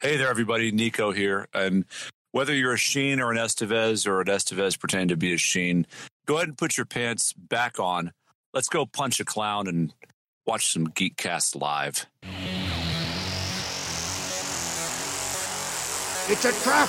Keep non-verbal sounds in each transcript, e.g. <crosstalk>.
Hey there, everybody. Nico here. And whether you're a Sheen or an Estevez or an Estevez pretending to be a Sheen, go ahead and put your pants back on. Let's go punch a clown and watch some Geekcast live. It's a trap!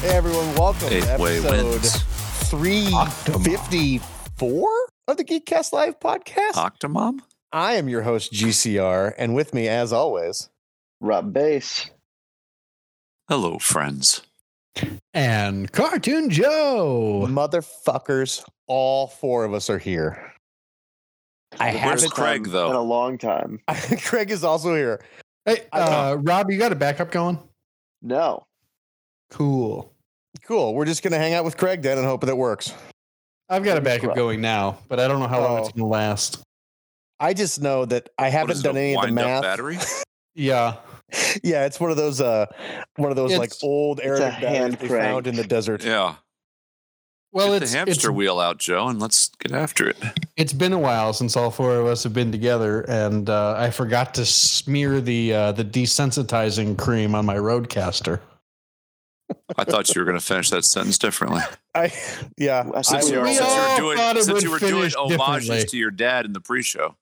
Hey everyone, welcome to Eighth way episode wins. 354 of the Geekcast Live podcast. Ah. Octomom? I am your host, GCR, and with me, as always, Rob Bass. Hello, friends. and Cartoon Joe. motherfuckers, all four of us are here. I Where's haven't. Craig, Been a though? long time. <laughs> Craig is also here. Hey, I uh, Rob, you got a backup going? No. Cool. Cool. We're just going to hang out with Craig then and hope that it works. I've got a Fingers backup crossed. going now, but I don't know how long it's Oh. going to last. I just know that I What is haven't done it, a any of the wind-up math. <laughs> battery? Yeah. <laughs> Yeah, it's one of those, uh, one of those like It's- old a Arabic batteries they hand-cranked. found in the desert. yeah. Well, Get it's, the hamster it's wheel out, Joe, and let's get after it. it's been a while since all four of us have been together, and uh, I forgot to smear the uh, the desensitizing cream on my Roadcaster. I thought you were going to finish that sentence differently. I, yeah. I I think was- we all- since you were all thought doing, it since would you were doing finish homages differently. to your dad in the pre-show.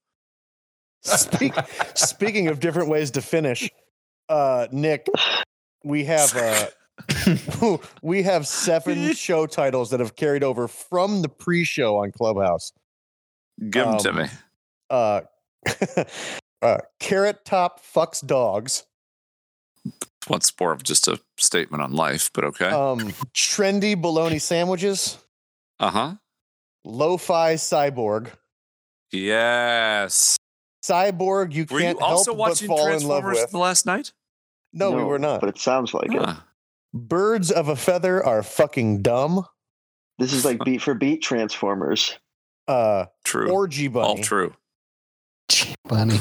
Speak, speaking of different ways to finish, uh, Nick, we have uh, <laughs> we <laughs> have seven show titles that have carried over from the pre-show on Clubhouse. Give Oh, them to Um, me. Uh, <laughs> uh, Carrot Top fucks dogs. What's more of just a statement on life, but okay. Um, trendy bologna sandwiches. Uh huh. Lo-fi cyborg. Yes. Cyborg, you Were can't you also help watching but fall in love Transformers with. last night? No, we were not. But it sounds like it. Ah. Birds of a feather are fucking dumb. This is like beat for beat Transformers. Uh, true. orgy bunny. All true. <laughs> Bunny.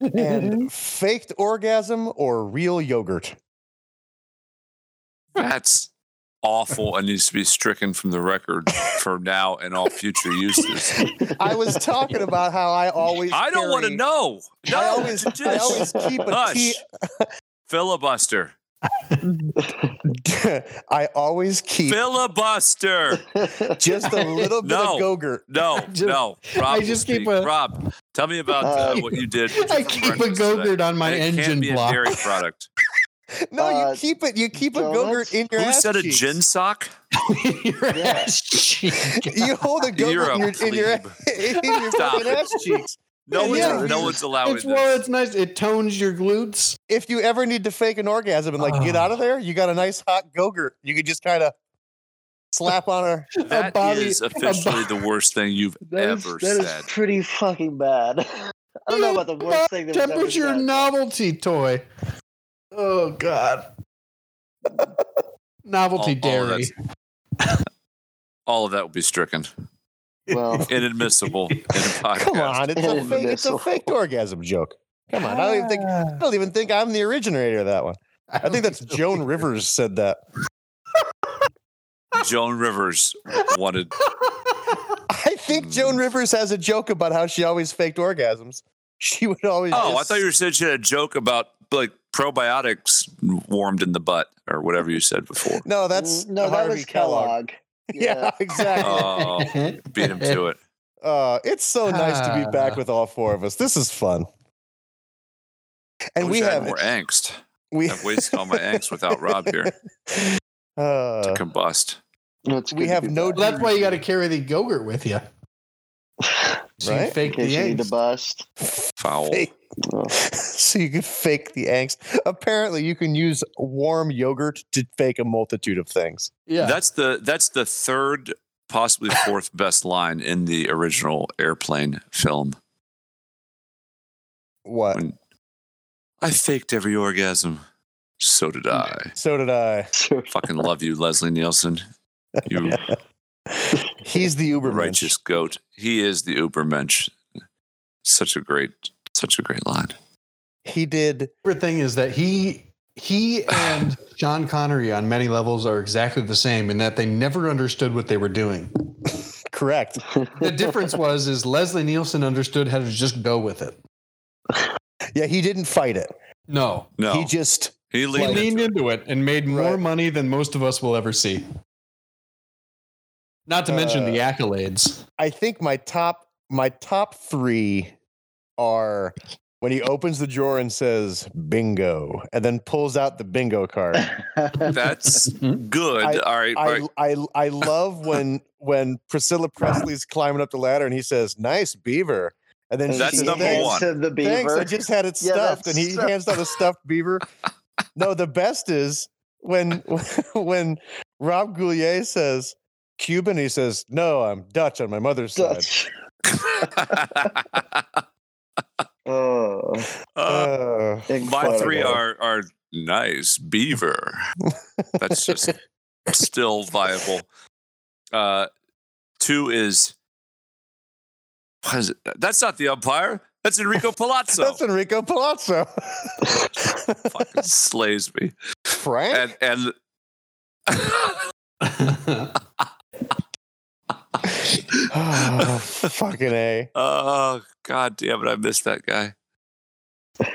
and faked orgasm or real yogurt. That's awful and needs to be stricken from the record for now and all <laughs> future uses. <laughs> <laughs> I was talking about how I always I don't want to carry- know. No, I always, just I always keep a Hush. <laughs> tea- filibuster. <laughs> I always keep Filibuster. <laughs> just a little bit No. of yogurt. No, just- no. Rob, I will just keep speak. a- Rob, tell me about uh, <laughs> I- what you did. <laughs> I for keep a breakfast today. go-gurt on my And it can't engine be block. A <laughs> dairy product. No, Uh, you keep it. You keep a donuts? yogurt in your Who ass said a cheeks. gin sock? Your ass cheek. <laughs> You hold a <laughs> You're yogurt a in your in your, <laughs> in your Stop. fucking ass cheeks. No one's, Yeah. no one's allowing It's, this. well, it's nice. It tones your glutes. If you ever need to fake an orgasm and like get Ah. out of there, you got a nice hot yogurt. You could just kind of slap on her. That is body- <laughs> a officially the worst thing you've That is, ever that is said. pretty fucking bad. <laughs> I don't know about the worst thing that was ever temperature said. novelty toy. <laughs> Oh God. novelty All- all of dairy. All of that will be stricken. Well, Inadmissible in a podcast. Come on, it's a, And fake, it's a missile. fake orgasm joke. Come on, I don't even think I don't even think I'm the originator <laughs> of that one. I think that's Joan Rivers said that. <laughs> Joan Rivers wanted. I think Hmm. Joan Rivers has a joke about how she always faked orgasms. <laughs> She would always. Oh, I just- thought you said she had a joke about like probiotics warmed in the butt or whatever you said before. <laughs> No, <laughs> that's no, that Harvey was Kellogg. <laughs> Yeah, <laughs> exactly. Oh, beat him to it. Uh, it's so nice to be back Ah. with all four of us. This is fun. I And wish we I had have more angst. <laughs> we I've wasted all my angst without Rob here to <laughs> Uh, combust. No, it's We good to have be no back. Well, that's why you got to carry the yogurt with <laughs> you. So you Right? In fake the case you need to eggs. bust. Foul. fake- Well, <laughs> so you can fake the angst. Apparently, you can use warm yogurt to fake a multitude of things. Yeah. That's the that's the third, possibly fourth <laughs> best line in the original airplane film. What? When- I faked every orgasm. So did I. So <laughs> did I. so- Fucking love you, Leslie Nielsen. <laughs> You He's the Uber righteous goat. He is the Ubermensch. Such a great, such a great line. He did. favorite thing is that he <laughs> he and John Connery on many levels are exactly the same in that they never understood what they were doing. Correct. The <laughs> difference was is Leslie Nielsen understood how to just go with it. Yeah, he didn't fight it. No. No, He he, just He leaned leaned into it. into it and made more Right. money than most of us will ever see. Not to mention Uh, the accolades. I think my top my top three are when he opens the drawer and says bingo and then pulls out the bingo card. <laughs> That's good. all right, all right. I, I I love when when Priscilla Presley's climbing up the ladder and he says, Nice beaver. And then she That's says, number "Thanks, one. To the beaver. Thanks, I just had <laughs> it Yeah, stuffed. And that's he so- hands out a stuffed beaver. No, the best is when <laughs> when Rob Goulier says Cuban, he says, No, I'm Dutch on my <laughs> mother's side. Dutch. Oh, <laughs> Uh, Uh, <laughs> my incredible. three are are nice <laughs> beaver. That's just still viable. Uh, two is, what is it? that's not the umpire. That's Enrico Palazzo. <laughs> That's Enrico Palazzo. <laughs> Fucking slays me. Frank? <laughs> <sighs> And and oh, fucking A. oh god damn it, I missed that guy.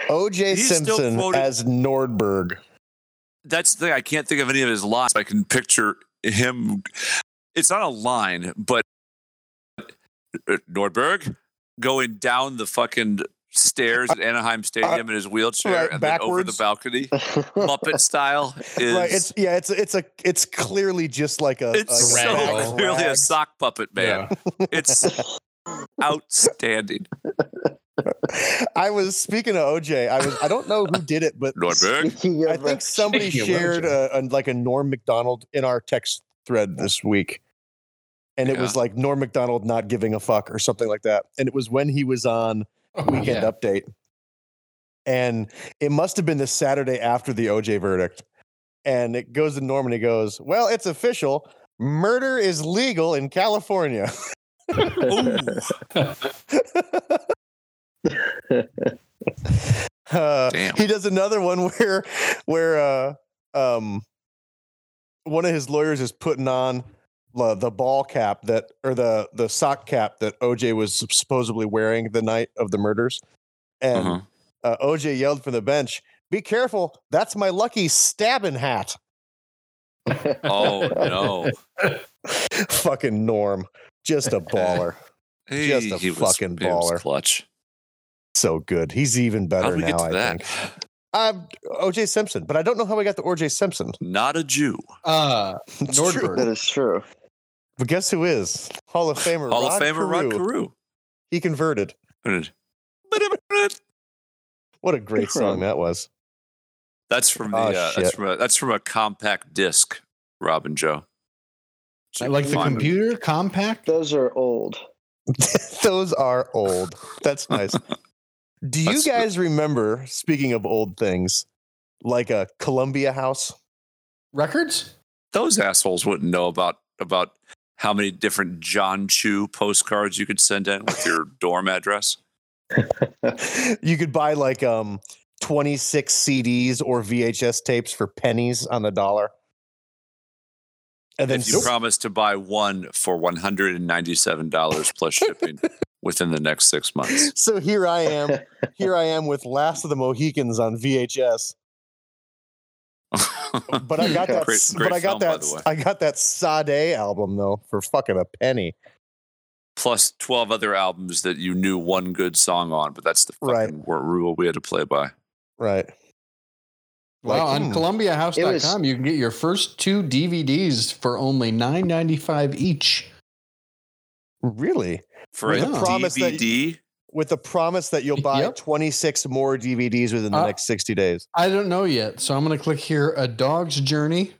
OJ He's still Simpson quoted- as Nordberg. That's the thing. I can't think of any of his lines. I can picture him. It's not a line, but Nordberg going down the fucking stairs <laughs> at Anaheim Stadium in his wheelchair Uh, right, and then over the backwards. balcony, <laughs> <laughs> Muppet style. Is right, it's yeah, it's it's a it's clearly just like a, It's a so rag. <laughs> clearly a <laughs> rag. sock puppet man. <laughs> It's outstanding. I was speaking to OJ. I was I don't know who did it, but Nordberg. Speaking of I think the- somebody Speaking of shared a, a, like a Norm McDonald in our text thread this week. And it was like Norm McDonald not giving a fuck or something like that. And it was when he was on Weekend Yeah. Update. And it must have been the Saturday after the OJ verdict. And it goes to Norman. He goes, Well, it's official. Murder is legal in California. Ooh. Uh, Damn. he does another one <laughs> where where uh, um, one of his lawyers is putting on la- the ball cap that or the the sock cap that OJ was supposedly wearing the night of the murders, and Uh-huh. uh, OJ yelled from the bench, "Be careful! That's my lucky stabbing hat." <laughs> Oh no. Fucking Norm, just <laughs> a baller, Just a fucking he was baller. clutch. so good. He's even better How'd we now. get to I that? think. I'm OJ Simpson, but I don't know how we got the OJ Simpson. <laughs> Not a Jew. Uh, It's true. Nordberg. that is true. But guess who is Hall of <laughs> Famer? Hall Rod of Famer Rod Carew. Carew. He converted. What a great song Incredible. that was. <laughs> <laughs> That's from the. Oh, uh, that's shit. from a. That's from a compact disc. Robin Joe. I like the Fine. computer compact. Those are old. Those are old. <laughs> That's nice. Do you That's- guys remember, speaking of old things, like a Columbia house? Records? Those assholes wouldn't know about about how many different John Chu postcards you could send in with <laughs> your dorm address. you could buy like um 26 CDs or VHS tapes for pennies on the dollar. And then if you s- promise to buy one for one hundred and ninety-seven dollars plus <laughs> shipping within the next six months. <laughs> <laughs> so here I am. Here I am with Last of the Mohicans on VHS. But I <laughs> got that. Great- s- great but I film, got by that. the s- way. I got that Sade album though for fucking a penny. plus 12 other albums that you knew one good song on, but that's the Right. fucking wor- rule we had to play by. Right. Well, Like, on hmm. ColumbiaHouse.com, It was- you can get your first two DVDs for only nine ninety five each. Really? For a With the promise that DVD, With the promise that you'll buy Yep. 26 more DVDs within the Uh, next 60 <laughs> days. I don't know yet, so I'm going to click here. A Dog's Journey.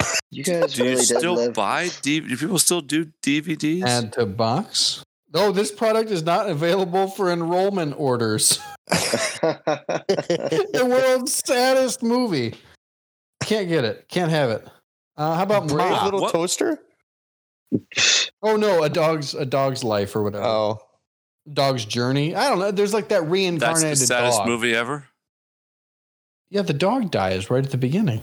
<laughs> You guys do you really did still live. <laughs> buy DVD? Do people still do DVDs? Add to box. Oh, this product is not available for enrollment orders. <laughs> the world's saddest movie. Can't get it. Can't have it. Uh, how about Brave Ma? little what- toaster? Oh no, a dog's a dog's life or whatever. Oh. dog's journey. I don't know. There's like that That's reincarnated the saddest dog. movie ever. Yeah, the dog dies right at the beginning,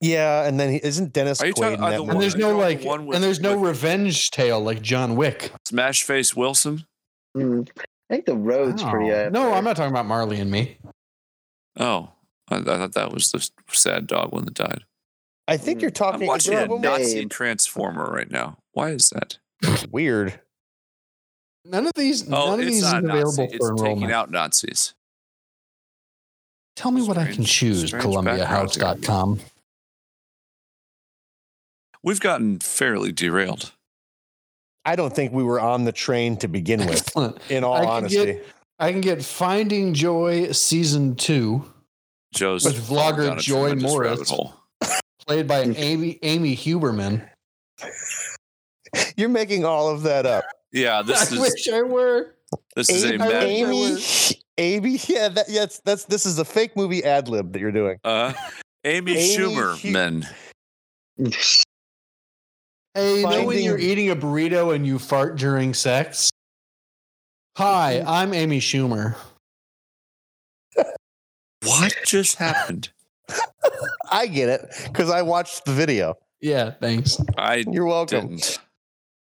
Yeah, and then he, isn't Dennis Are you Quaid talking- in are that the one? and there's no Well, like, one with- and there's no with- revenge tale like John Wick. Smash Face Wilson. Mm. I think the road's pretty. Oh. epic. No, I'm not talking about Marley and me. Oh, I, I thought that was the sad dog one that died. I think you're talking. Hmm, I'm is watching there a a woman- nut- Nazi Babe. transformer right now. Why is that? Weird. None of these, Oh, none of it's these is not available Nazi. for It's taking enrollment. out Nazis. Tell me what I can Strange- choose, strange <laughs> ColumbiaHouse.com. We've gotten fairly derailed. I don't think we were on the train to begin with. Excellent. In all I can honesty, get- I can get Finding Joy Season 2, Joe's With fallen vlogger down a Joy tremendous Morris. rabbit hole. played by Amy, Amy Huberman. you're making all of that up. <laughs> Yeah, this I is wish I were. this is a Abe- mad. Abe- Amy, <laughs> Amy, yeah, that, yeah, it's- that's this is a fake movie ad lib that you're doing. Uh, Amy, Amy Schumer, Hu- men. Hey, you know when Finding- you're eating a burrito and you fart during sex? Hi, I'm Amy Schumer. What just happened? I get it because I watched the video. Yeah, thanks. I You're welcome. didn't.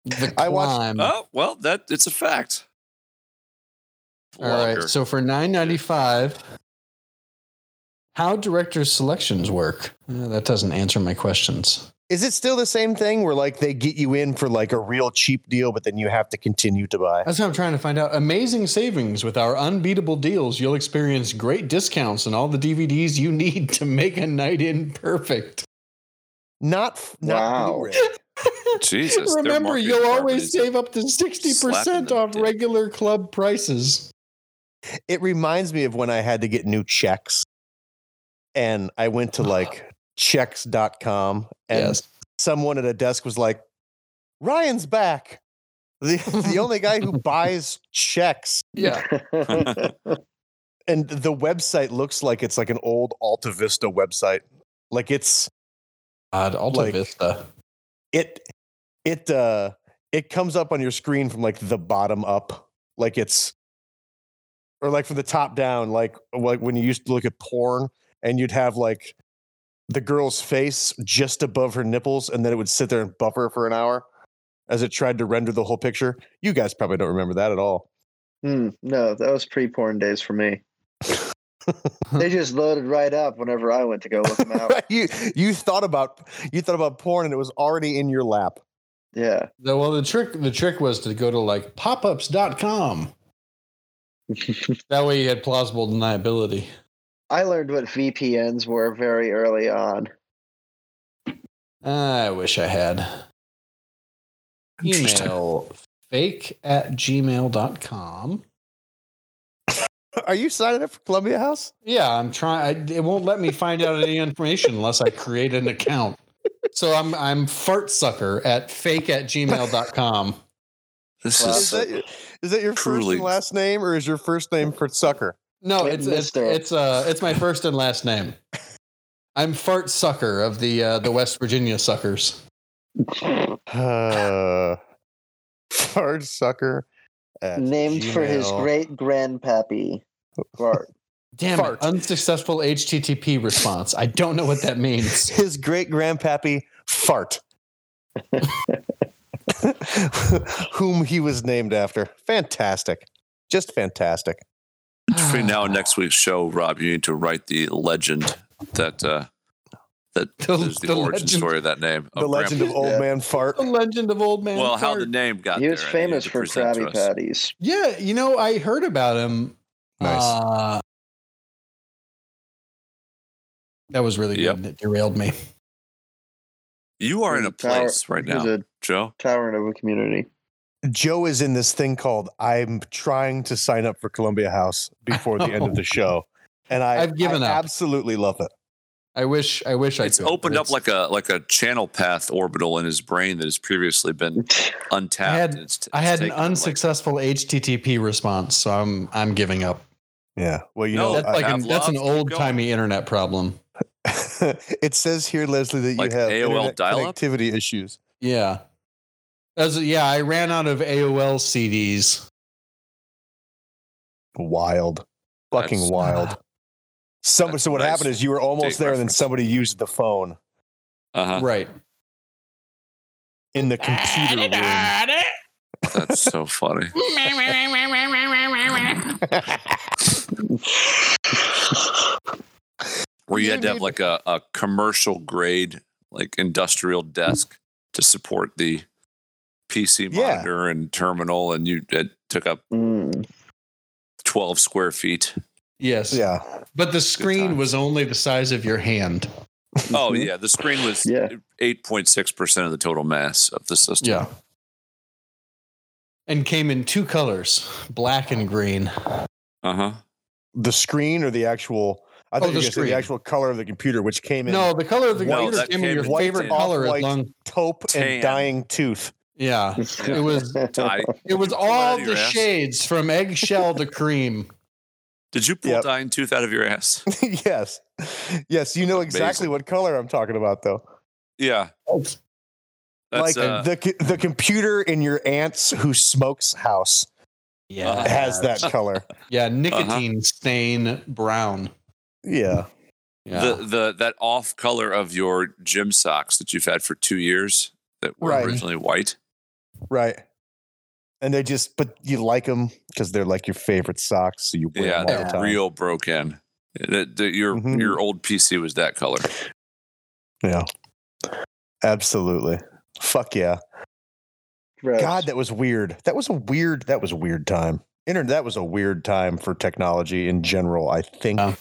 The I watched- climb. Oh well, that it's a fact. All right. Vlogger. So for nine ninety five, how directors' selections work? Uh, that doesn't answer my questions. Is it still the same thing where like they get you in for like a real cheap deal, but then you have to continue to buy? That's what I'm trying to find out. Amazing savings with our unbeatable deals. You'll experience great discounts and all the DVDs you need to make a night in perfect. Not f- not Wow. Blu-ray. Jesus, their Remember, marketing you'll department always is save up to 60% slapping off the dick. regular club prices. It reminds me of when I had to get new checks, and I went to like checks.com, and someone at a desk was like, "Ryan's back." The, <laughs> the only guy who buys checks <laughs> Yeah. and the website looks like it's like an old Alta Vista website. Like it's God, Alta Like- Vista. it it uh it comes up on your screen from like the bottom up. Like it's or like from the top down, like like when you used to look at porn and you'd have like the girl's face just above her nipples, and then it would sit there and buffer for an hour as it tried to render the whole picture. You guys probably don't remember that at all. Hmm, no, that was pre-porn days for <laughs> me. they just loaded right up whenever I went to go look them <laughs> out. <laughs> you you thought about you thought about porn and it was already in your lap. Yeah. <laughs> The- well, the trick the trick was to go to like popups.com. That way you had plausible deniability. I learned what VPNs were very early on. I wish I had. Interesting. Email fake at gmail.com. Are you signing up for Columbia House? Yeah, I'm trying. It won't let me find out any information unless I create an account. So I'm I'm fartsucker at fake at gmail.com. This Wow. Is is that, your- is that your Uh, Truly. first and last name, or is your first name <sighs> for sucker? <laughs> No, Wait, it's it's, mister. it's uh it's my first and last name. I'm fart sucker of the uh, the West Virginia suckers. Uh, Fard sucker. at Named for his Gmail. great grandpappy. Bart. Damn Fart. it! Unsuccessful HTTP response. I don't know what that <laughs> means. his great grandpappy fart, <laughs> whom he was named after. Fantastic, just fantastic. <laughs> between Ah, now and next week's show, Rob. You need to write the legend that uh, that <laughs> The- is the, the origin legend. story of that name. the legend of Grandpa. old Yeah. man <laughs> fart. The legend of old man. well, how Fart. the name got He was there, and you famous need to for present to Krabby us. Patties. Yeah, you know, I heard about him. Nice. Ah, Uh, that was really Yep. good. It derailed me. You are in a He's tower- place right He was now, a Joe. towering over <laughs> community. Joe is in this thing called "I'm trying to sign up for Columbia House" before the end of <laughs> the show, and I, I've given I up. Absolutely love it. I wish. I wish I. It's could, but opened up it's- like a like a channel path orbital in his brain that has previously been untapped. I had- and it's, it's I had an taken, like- unsuccessful HTTP response, so I'm I'm giving up. Yeah. Well, you No, know, That's I- like an, Oh, have that's an love, keep old timey internet problem. <laughs> it says here, Leslie, that you Like have AOL internet dial-up? connectivity issues. Yeah. As yeah, I ran out of AOL CDs. Wild. Fucking That's- <laughs> wild. Somebody, that's so what nice happened is you were almost big there, and then reference. somebody used the phone Uh-huh. Right. in the computer room. That's so funny. Where you had to have like a, a commercial grade, like industrial desk to support the PC Yeah. monitor and terminal, and you it took up Mm. twelve square feet. Yes. Yeah, But the time. screen was only the size of your hand. Oh Mm-hmm. yeah, the screen was Yeah. eight point six percent of the total mass of the system. Yeah. And came in two colors, black and green. Uh <laughs> huh. the screen or the actual. I thought Oh, you were the gonna say the screen. actual color of the computer, which came in No, the color of the No, computer that came in came your in favorite tan. color as Off-white. long. taupe Tan. and dying tooth. <laughs> Yeah. <laughs> It was Dye. it was Come out all of your the ass. shades from eggshell to cream. Did you pull Yep. dying tooth out of your ass? <laughs> yes, yes, you know exactly Amazing. what color I'm talking about, though. Yeah. That's Like uh, the co- the computer in your aunt's who smokes house Yeah. has that color. Yeah, nicotine Uh-huh. stain brown. Yeah, Yeah. the the that off color of your gym socks that you've had for two years that were Right. originally white. right. And they just, but you like them because they're like your favorite socks, so you wear Yeah, them all the they're time. real broken. That that your Mhm. your old PC was that color. Yeah, absolutely. Fuck yeah. Gross. God, that was weird. That was a weird. That was a weird time. Internet. That was a weird time for technology in general. I think. Uh, Yeah.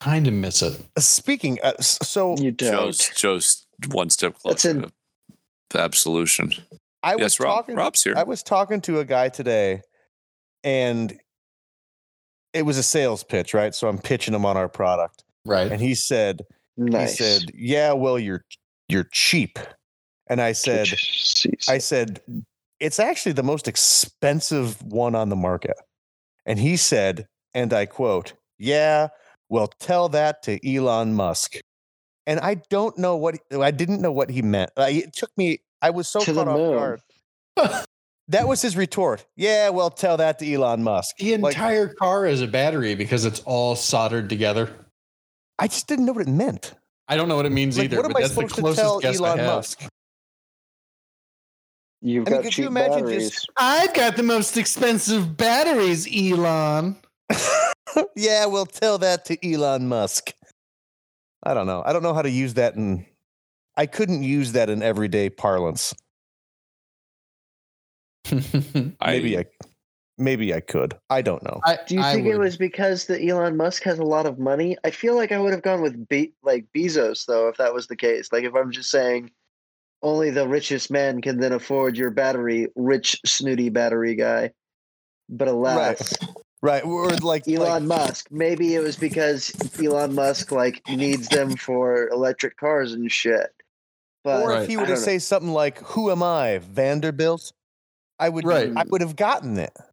kind of miss it. Speaking. Uh, s- so you don't. Joe's Joe's one step That's closer to to absolution. I was Yes, Rob. talking. Rob's here. I was talking to a guy today, and it was a sales pitch, right? So I'm pitching him on our product, Right. and he said, Nice. he said, yeah, well, you're you're cheap, and I said, Jeez. I said, it's actually the most expensive one on the market. And he said, and I quote, yeah, well, tell that to Elon Musk. And I don't know what, I didn't know what he meant. Like, it took me, I was so To the caught off moon. guard. <laughs> That was his retort. Yeah, well, tell that to Elon Musk. The Like- entire car is a battery because it's all soldered together. I just didn't know what it meant. I don't know what it means Like, either. what am but I that's the supposed to closest tell guess I Elon have. Musk? <laughs> You've I mean, got could you cheap imagine batteries. just- I've got the most expensive batteries, <laughs> Elon. yeah, well, tell that to Elon Musk. I don't know. I don't know how to use that in. I couldn't use that in everyday parlance. Maybe I, maybe I could. I don't know. I, Do you I think it would- was because that Elon Musk has a lot of money? I feel like I would have gone with Be- like Bezos though, if that was the case. Like if I'm just saying, only the richest man can then afford your battery, rich snooty battery guy. But alas, Right? Or like Elon like- Musk. Maybe it was because Elon Musk like needs them for electric cars and shit. But Or Right. if he I were to don't know. say something like, "Who am I, Vanderbilt?" I would. Right. I would have gotten it. Uh.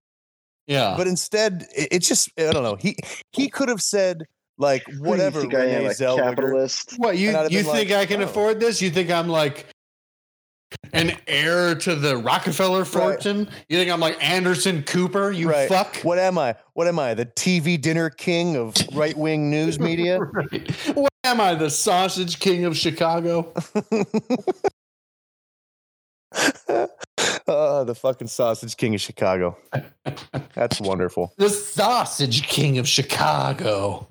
Yeah. But instead, it, it's just I don't know. He he could have said like Who do <laughs> you whatever think I am, Renee a Zellweger. capitalist. <laughs> what you and I'd have you been think like, I can oh. afford this? You think I'm like an heir to the Rockefeller fortune? You think I'm like Anderson Cooper? You Right. fuck. What am I? What am I? The TV dinner king of right wing news <laughs> media. <laughs> Right. What am I, the sausage king of Chicago? oh, the fucking sausage king of Chicago. <laughs> That's wonderful. The sausage king <laughs> of Chicago.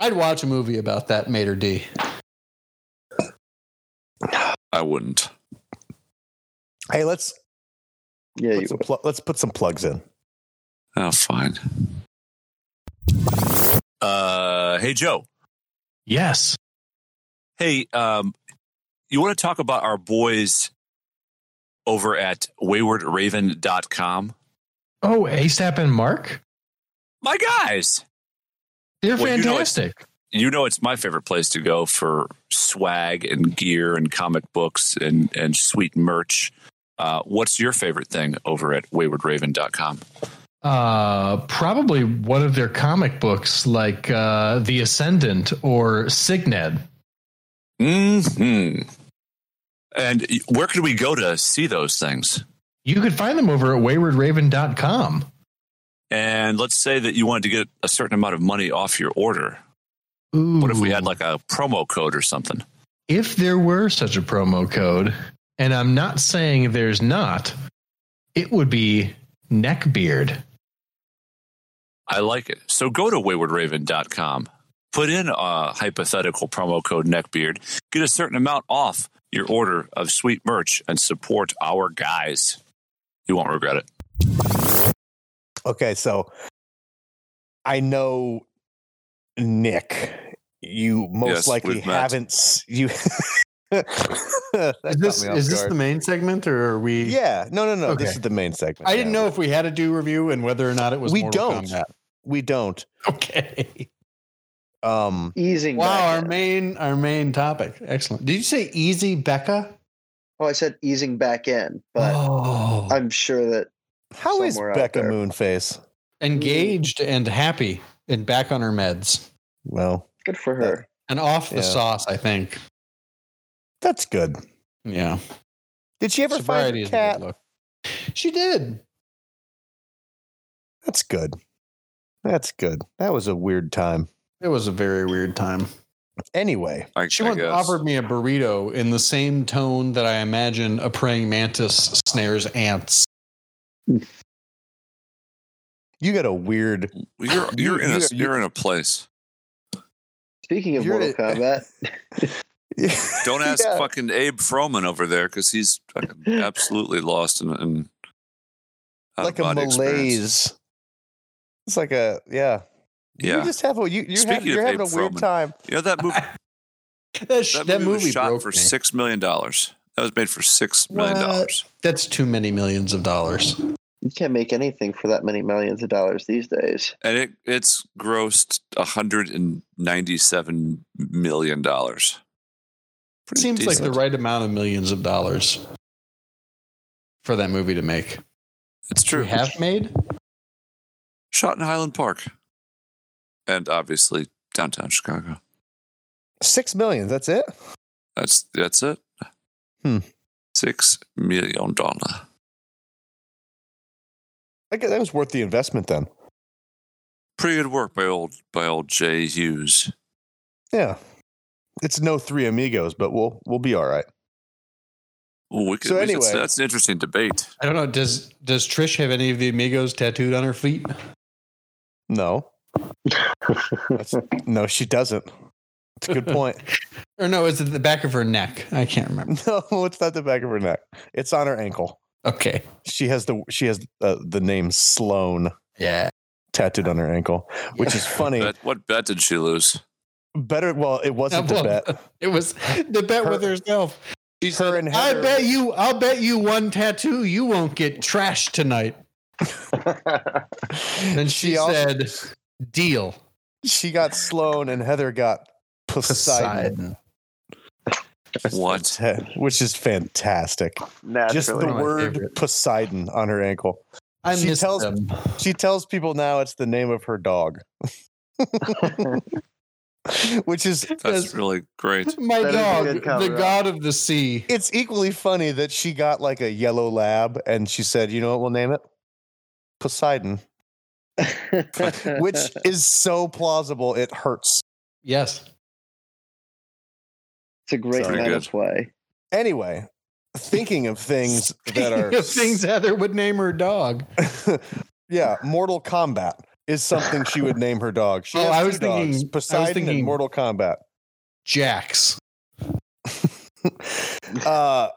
I'd watch a movie about that Mater D. I wouldn't. Hey, let's Yeah, you put some pl- let's put some plugs in. Oh, fine. Uh, hey Joe. Yes. Hey, um, you want to talk about our boys over at waywardraven.com? Oh, ASAP and Mark? My guys. They're Well, you know it's- fantastic. you know it's my favorite place to go for swag and gear and comic books and and sweet merch. Uh, what's your favorite thing over at waywardraven.com? uh, probably one of their comic books like uh, The Ascendant or Signet. Mm-hmm. And where could we go to see those things? You could find them over at waywardraven.com. And let's say that you wanted to get a certain amount of money off your order. Ooh. What if we had like a promo code or something? if there were such a promo code, and I'm not saying there's not, it would be neckbeard. I like it. So go to waywardraven.com, put in a hypothetical promo code neckbeard, get a certain amount off your order of sweet merch, and support our guys. You won't regret it. Okay, so I know Nick. You most Yes, likely we've met. haven't s- you. <laughs> That caught Is this me off is this guard. the main segment or are we? Yeah, no, no, no. This Okay. is the main segment. I didn't Yeah. know if we had to do review and whether or not it was. We Mortal don't. Kombat. we don't. <laughs> Okay. Um, Easing. back Wow, our in. main our main topic. Excellent. Did you say easy, Becca? Oh, I said easing back in, but oh, I'm sure that how is Somewhere out Becca there. Moonface? engaged and happy and back on her meds Well, good for her. and off the Yeah. sauce. I think. that's good. Yeah. Did she ever find Sobriety a is a good cat? look. She did. That's good. That's good. That was a weird time. It was a very weird time. Anyway, I, She I once guess. offered me a burrito in the same tone that I imagine a praying mantis snares ants. you got a weird. <laughs> Well, You're, you're, in a, You- you- you're in a place. Speaking of You're Mortal a- <laughs> Kombat, Don't ask Yeah. fucking Abe Froman over there because he's fucking absolutely lost in, in out like of a body malaise. experience. It's like a yeah. Yeah, You just have a you you're, Speaking having, you're of having a Abe weird Froman. time. you know that movie. That, sh- That, that movie, was movie shot broke for me. six million dollars. That was made for six million What? dollars. That's too many millions of dollars. you can't make anything for that many millions of dollars these days. and it it's grossed 197 million dollars Seems like the right amount of millions of dollars for that movie to make. it's true We have made. shot in highland park and obviously downtown chicago Six million. That's it. that's that's it Hmm. six million dollar I guess that was worth the investment then. pretty good work by old by old jay hughes Yeah. It's no three amigos, but we'll we'll be all right. Ooh, we could, So we could- anyway- that's an interesting debate I don't know. Does Does Trish have any of the amigos tattooed on her feet? No. <laughs> That's, no, she doesn't. It's a good point. <laughs> Or no? Is it the back of her neck? I can't remember. No, it's not the back of her neck. It's on her ankle. Okay. She has the she has uh, the name Sloan Yeah. tattooed on her ankle, which <laughs> is funny. bet, what bet did she lose Better. Well, it wasn't Well, a bet. <laughs> It was the bet Her- with herself. She her said, and "I Heather- bet you. I'll bet you one tattoo. You won't get trashed tonight." <laughs> And she, al- said, "Deal." she got Sloan and Heather got Poseidon, what which is fantastic. <laughs> Naturally. Just the one of my word favorite. Poseidon on her ankle. I She miss tells- <laughs> them. She tells people now it's the name of her dog, <laughs> <laughs> which is that's really <laughs> great My That is a dog, good cover the up. god of the sea. it's equally funny that she got like a yellow lab and she said, "You know what we'll name it? Poseidon," <laughs> which is so plausible it hurts. Yes. it's a great Sorry. night of play. Anyway, thinking of things that <laughs> are Of things Heather would name her dog. <laughs> yeah, Mortal Kombat is something she would name her dog. She Oh, has I two was thinking- dogs, I was Poseidon and thinking- Mortal Kombat. Jax. Uh,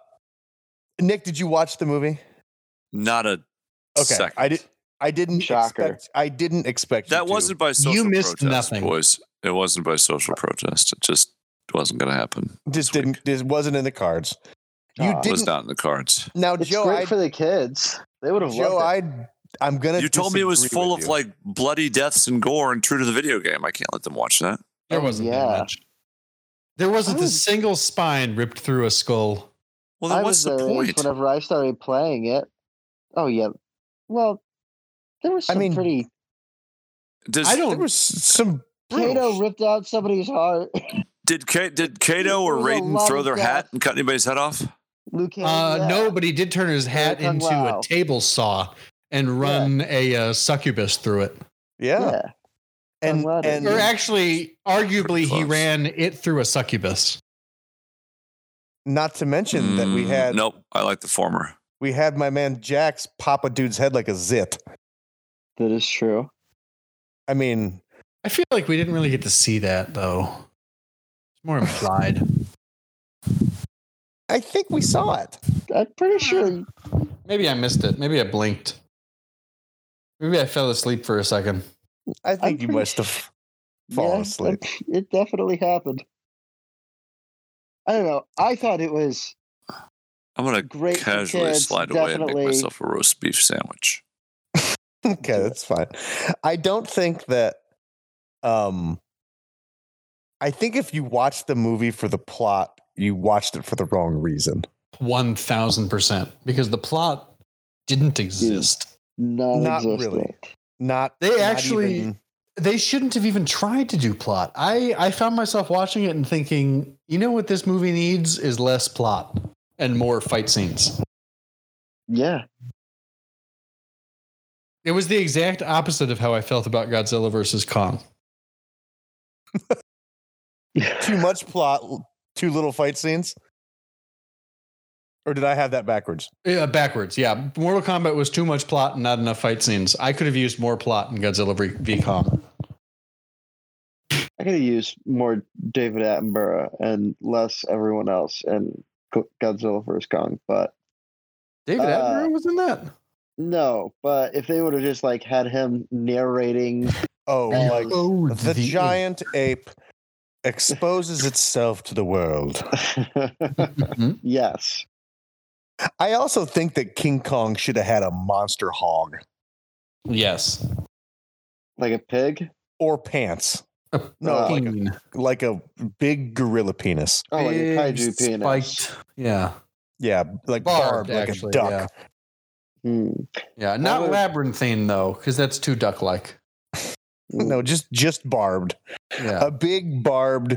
Nick, did you watch the movie? not a Okay, second. I did. I didn't Shocker. expect. I didn't expect you That to. wasn't by social missed protest, nothing. boys. It wasn't by social protest. It just wasn't going to happen. Just this week. didn't. This wasn't in the cards. You Aw. It didn't. was not in the cards. Now, It's Joe, great I for the kids. They would have Joe, loved it. I I'm gonna. You told me it was disagree full with of you. like bloody deaths and gore and true to the video game. I can't let them watch that. There Oh, wasn't that yeah. much. There wasn't I a was- single spine ripped through a skull. Well, then I what's was the their age point? whenever I started playing it. Oh yeah. Well, there was I some mean, pretty. Does, I There don't. was some. Kato ripped out somebody's heart. <laughs> did Ka- did Kato There or was a Raiden lot throw of their death. hat and cut anybody's head off? Liu Kang. Uh, Oh, yeah. no, but he did turn his hat Kung into Lao. a table saw and run a uh, succubus through it. Yeah. Yeah. And, Kung Lao did. and Or actually, arguably, Pretty he close. ran it through a succubus. not to mention that we Mm, had Nope, I like the former. we had my man Jax pop a dude's head like a zit. that is true. I mean, I feel like we didn't really get to see that though. It's more implied. I think we saw it. I'm pretty Ah. sure. Maybe I missed it. Maybe I blinked. Maybe I fell asleep for a second. I think you pretty must <laughs> have fallen yeah, asleep. It, it definitely happened. I don't know. I thought it was I'm gonna great. for casually kids, slide away and definitely. make myself a roast beef sandwich. <laughs> okay, that's fine. I don't think that. Um, I think if you watch the movie for the plot, you watched it for the wrong reason. One thousand percent. Because the plot didn't exist. not, Not really. existent. Not They not actually- even- They shouldn't have even tried to do plot. I, I found myself watching it and thinking, you know what this movie needs is less plot and more fight scenes. Yeah. <laughs> It was the exact opposite of how I felt about Godzilla versus Kong. too much plot, too little fight scenes. Or did I have that backwards? Yeah, backwards. Yeah, Mortal Kombat was too much plot and not enough fight scenes. I could have used more plot in Godzilla v, v Kong. I could have used more David Attenborough and less everyone else and Go- Godzilla vs Kong, but David Uh, Attenborough was in that. no. But if they would have just like had him narrating, <laughs> Oh, Yeah. like oh, the giant ape exposes itself to the world. Mm-hmm. yes, I also think that King Kong should have had a monster hog Yes. like a pig. or <laughs> pants, No, Uh, like like a big gorilla penis. oh, like a kaiju penis. Yeah. Yeah, like barbed, Barbed, like actually, a duck. yeah. Hmm. Yeah. Not would- labyrinthine though, because that's too duck like. No, just just barbed. Yeah. A big barbed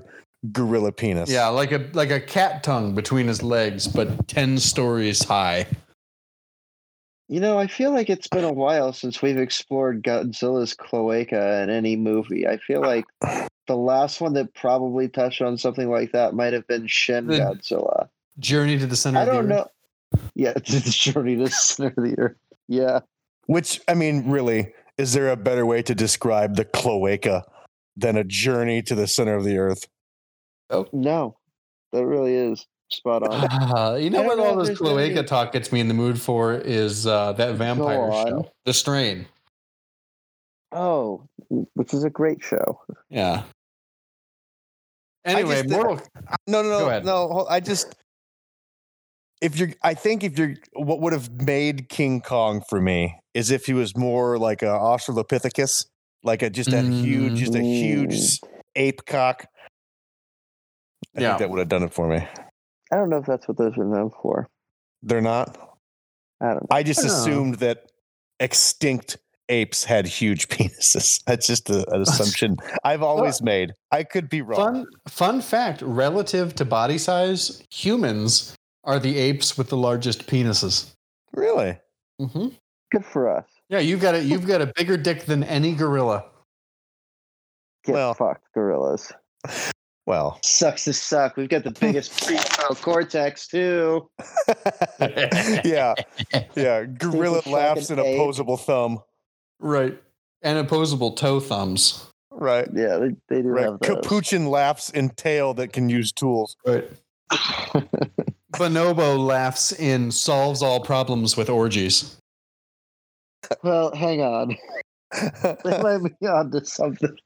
gorilla penis. yeah, like a like a cat tongue between his legs, but ten stories high. You know, I feel like it's been a while since we've explored Godzilla's cloaca in any movie. I feel like the last one that probably touched on something like that might have been Shin The- Godzilla. Journey to the center. I of the don't Earth. know. Yeah, <laughs> it's the journey to the center of the earth. Yeah, Which I mean, really, is there a better way to describe the cloaca than a journey to the center of the earth? no, that really is spot on. Ah, <laughs> you know I don't what know all if this there's cloaca any- talk gets me in the mood for is uh, that vampire on. show, The Strain. Oh, which is a great show. Yeah. Anyway, just- Mortal. No, no, no, Go ahead. no. hol- I just if you're, I think if you're, what would have made King Kong for me is if he was more like a Australopithecus, like a just a huge, just a huge Mm. s- ape cock. I Yeah. think that would have done it for me. I don't know if that's what those are known for. They're not. I don't know. I just I don't know. assumed that extinct apes had huge <laughs> penises. That's just a, an assumption I've always made. I could be wrong. Fun fun fact: relative to body size, humans are the apes with the largest penises. Really? Mm-hmm. Good for us. Yeah, you've got a you've got a bigger dick than any gorilla. Get Well- fucked, gorillas. Well, <laughs> Sucks to suck. We've got the <laughs> biggest prefrontal cortex too. yeah, yeah. Gorilla fucking laughs and ape. opposable thumb. Right. And opposable toe thumbs. Right. Yeah, they, they do Right. have those. Capuchin laughs and tail that can use tools. Right. <laughs> Bonobo laughs in solves all problems with orgies. well, hang <laughs> on. They might be onto something.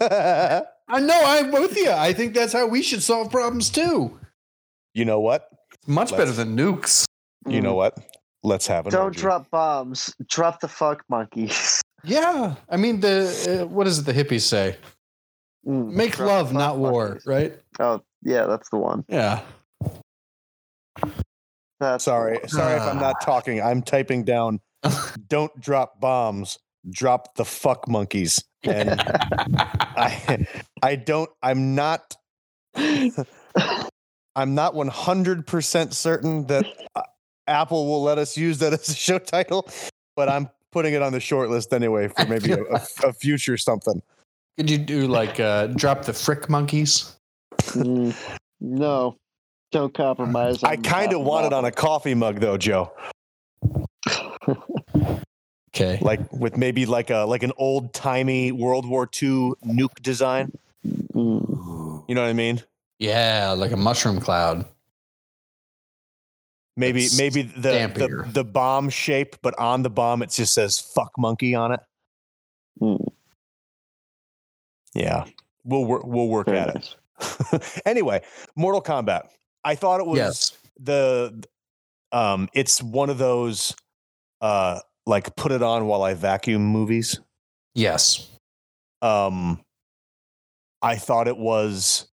I know. I'm with you. I think that's how we should solve problems too. <laughs> you know what? Much Let's- better than nukes. You know what? Let's have it. Don't drop bombs. Drop the fuck monkeys. <laughs> Yeah. I mean, the uh, what is it the hippies say? Mm, Make drop love, the not fuck war. monkeys. Right. Oh, yeah, that's the one. Yeah. That's the Sorry, one. sorry if I'm not talking. I'm typing down. Don't drop bombs. Drop the fuck monkeys. And I, I don't. I'm not. <laughs> I'm not 100% certain that uh, Apple will let us use that as a show title, but I'm putting it on the short list anyway for maybe a, a, a future something. Could you do like uh, drop the frick monkeys? Mm, <laughs> no, don't compromise. I kind of want it on a coffee mug though, Joe. Okay. Like with maybe like a like an old timey World War II nuke design. Mm. You know what I mean? Yeah, like a mushroom cloud. Maybe It's maybe the, the stampier. the bomb shape, but on the bomb it just says "fuck monkey" on it. Mm. Yeah, we'll wor- we'll work Very at it. nice. <laughs> anyway, Mortal Kombat. I thought it was Yes. the um it's one of those uh like put it on while I vacuum movies. Yes. Um I thought it was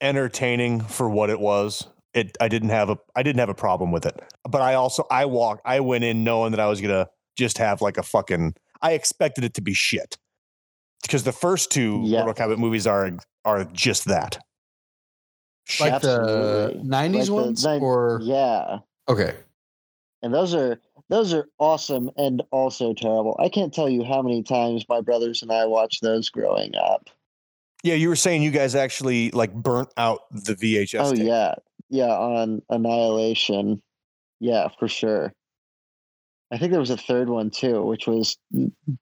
entertaining for what it was. It I didn't have a I didn't have a problem with it. But I also I walk I went in knowing that I was going to just have like a fucking I expected it to be shit. Because the first two Yeah. Mortal Kombat movies are are just that. Like Shit. the Absolutely. 90s Like the ones nin- or Yeah, okay. and those are those are awesome and also terrible. I can't tell you how many times my brothers and I watched those growing up. Yeah, you were saying you guys actually like burnt out the VHS. oh tape. yeah, yeah. On Annihilation, yeah, for sure. I think there was a third one too, which was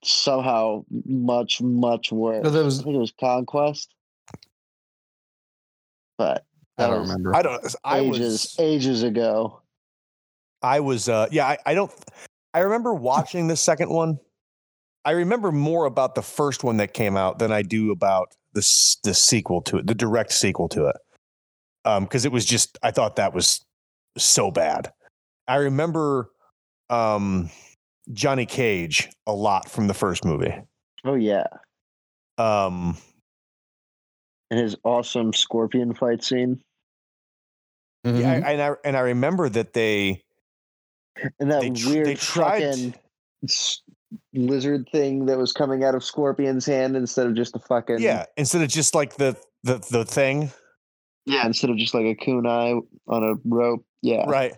somehow much much worse. No, there I was think it was Conquest, but I that don't was remember. I don't. I ages was. ages ago. I was. Uh, yeah, I, I don't. I remember watching the second one. I remember more about the first one that came out than I do about the s- the sequel to it, the direct sequel to it, um, because it was just. I thought that was so bad. I remember um, Johnny Cage a lot from the first movie. Oh yeah, Um, and his awesome scorpion fight scene. yeah, Mm-hmm. Mm-hmm. I, and I and I remember that they And that they, tr- weird they tried. fucking s- lizard thing that was coming out of Scorpion's hand instead of just a fucking yeah, instead of just like the the the thing, yeah instead of just like a kunai on a rope <laughs> yeah right?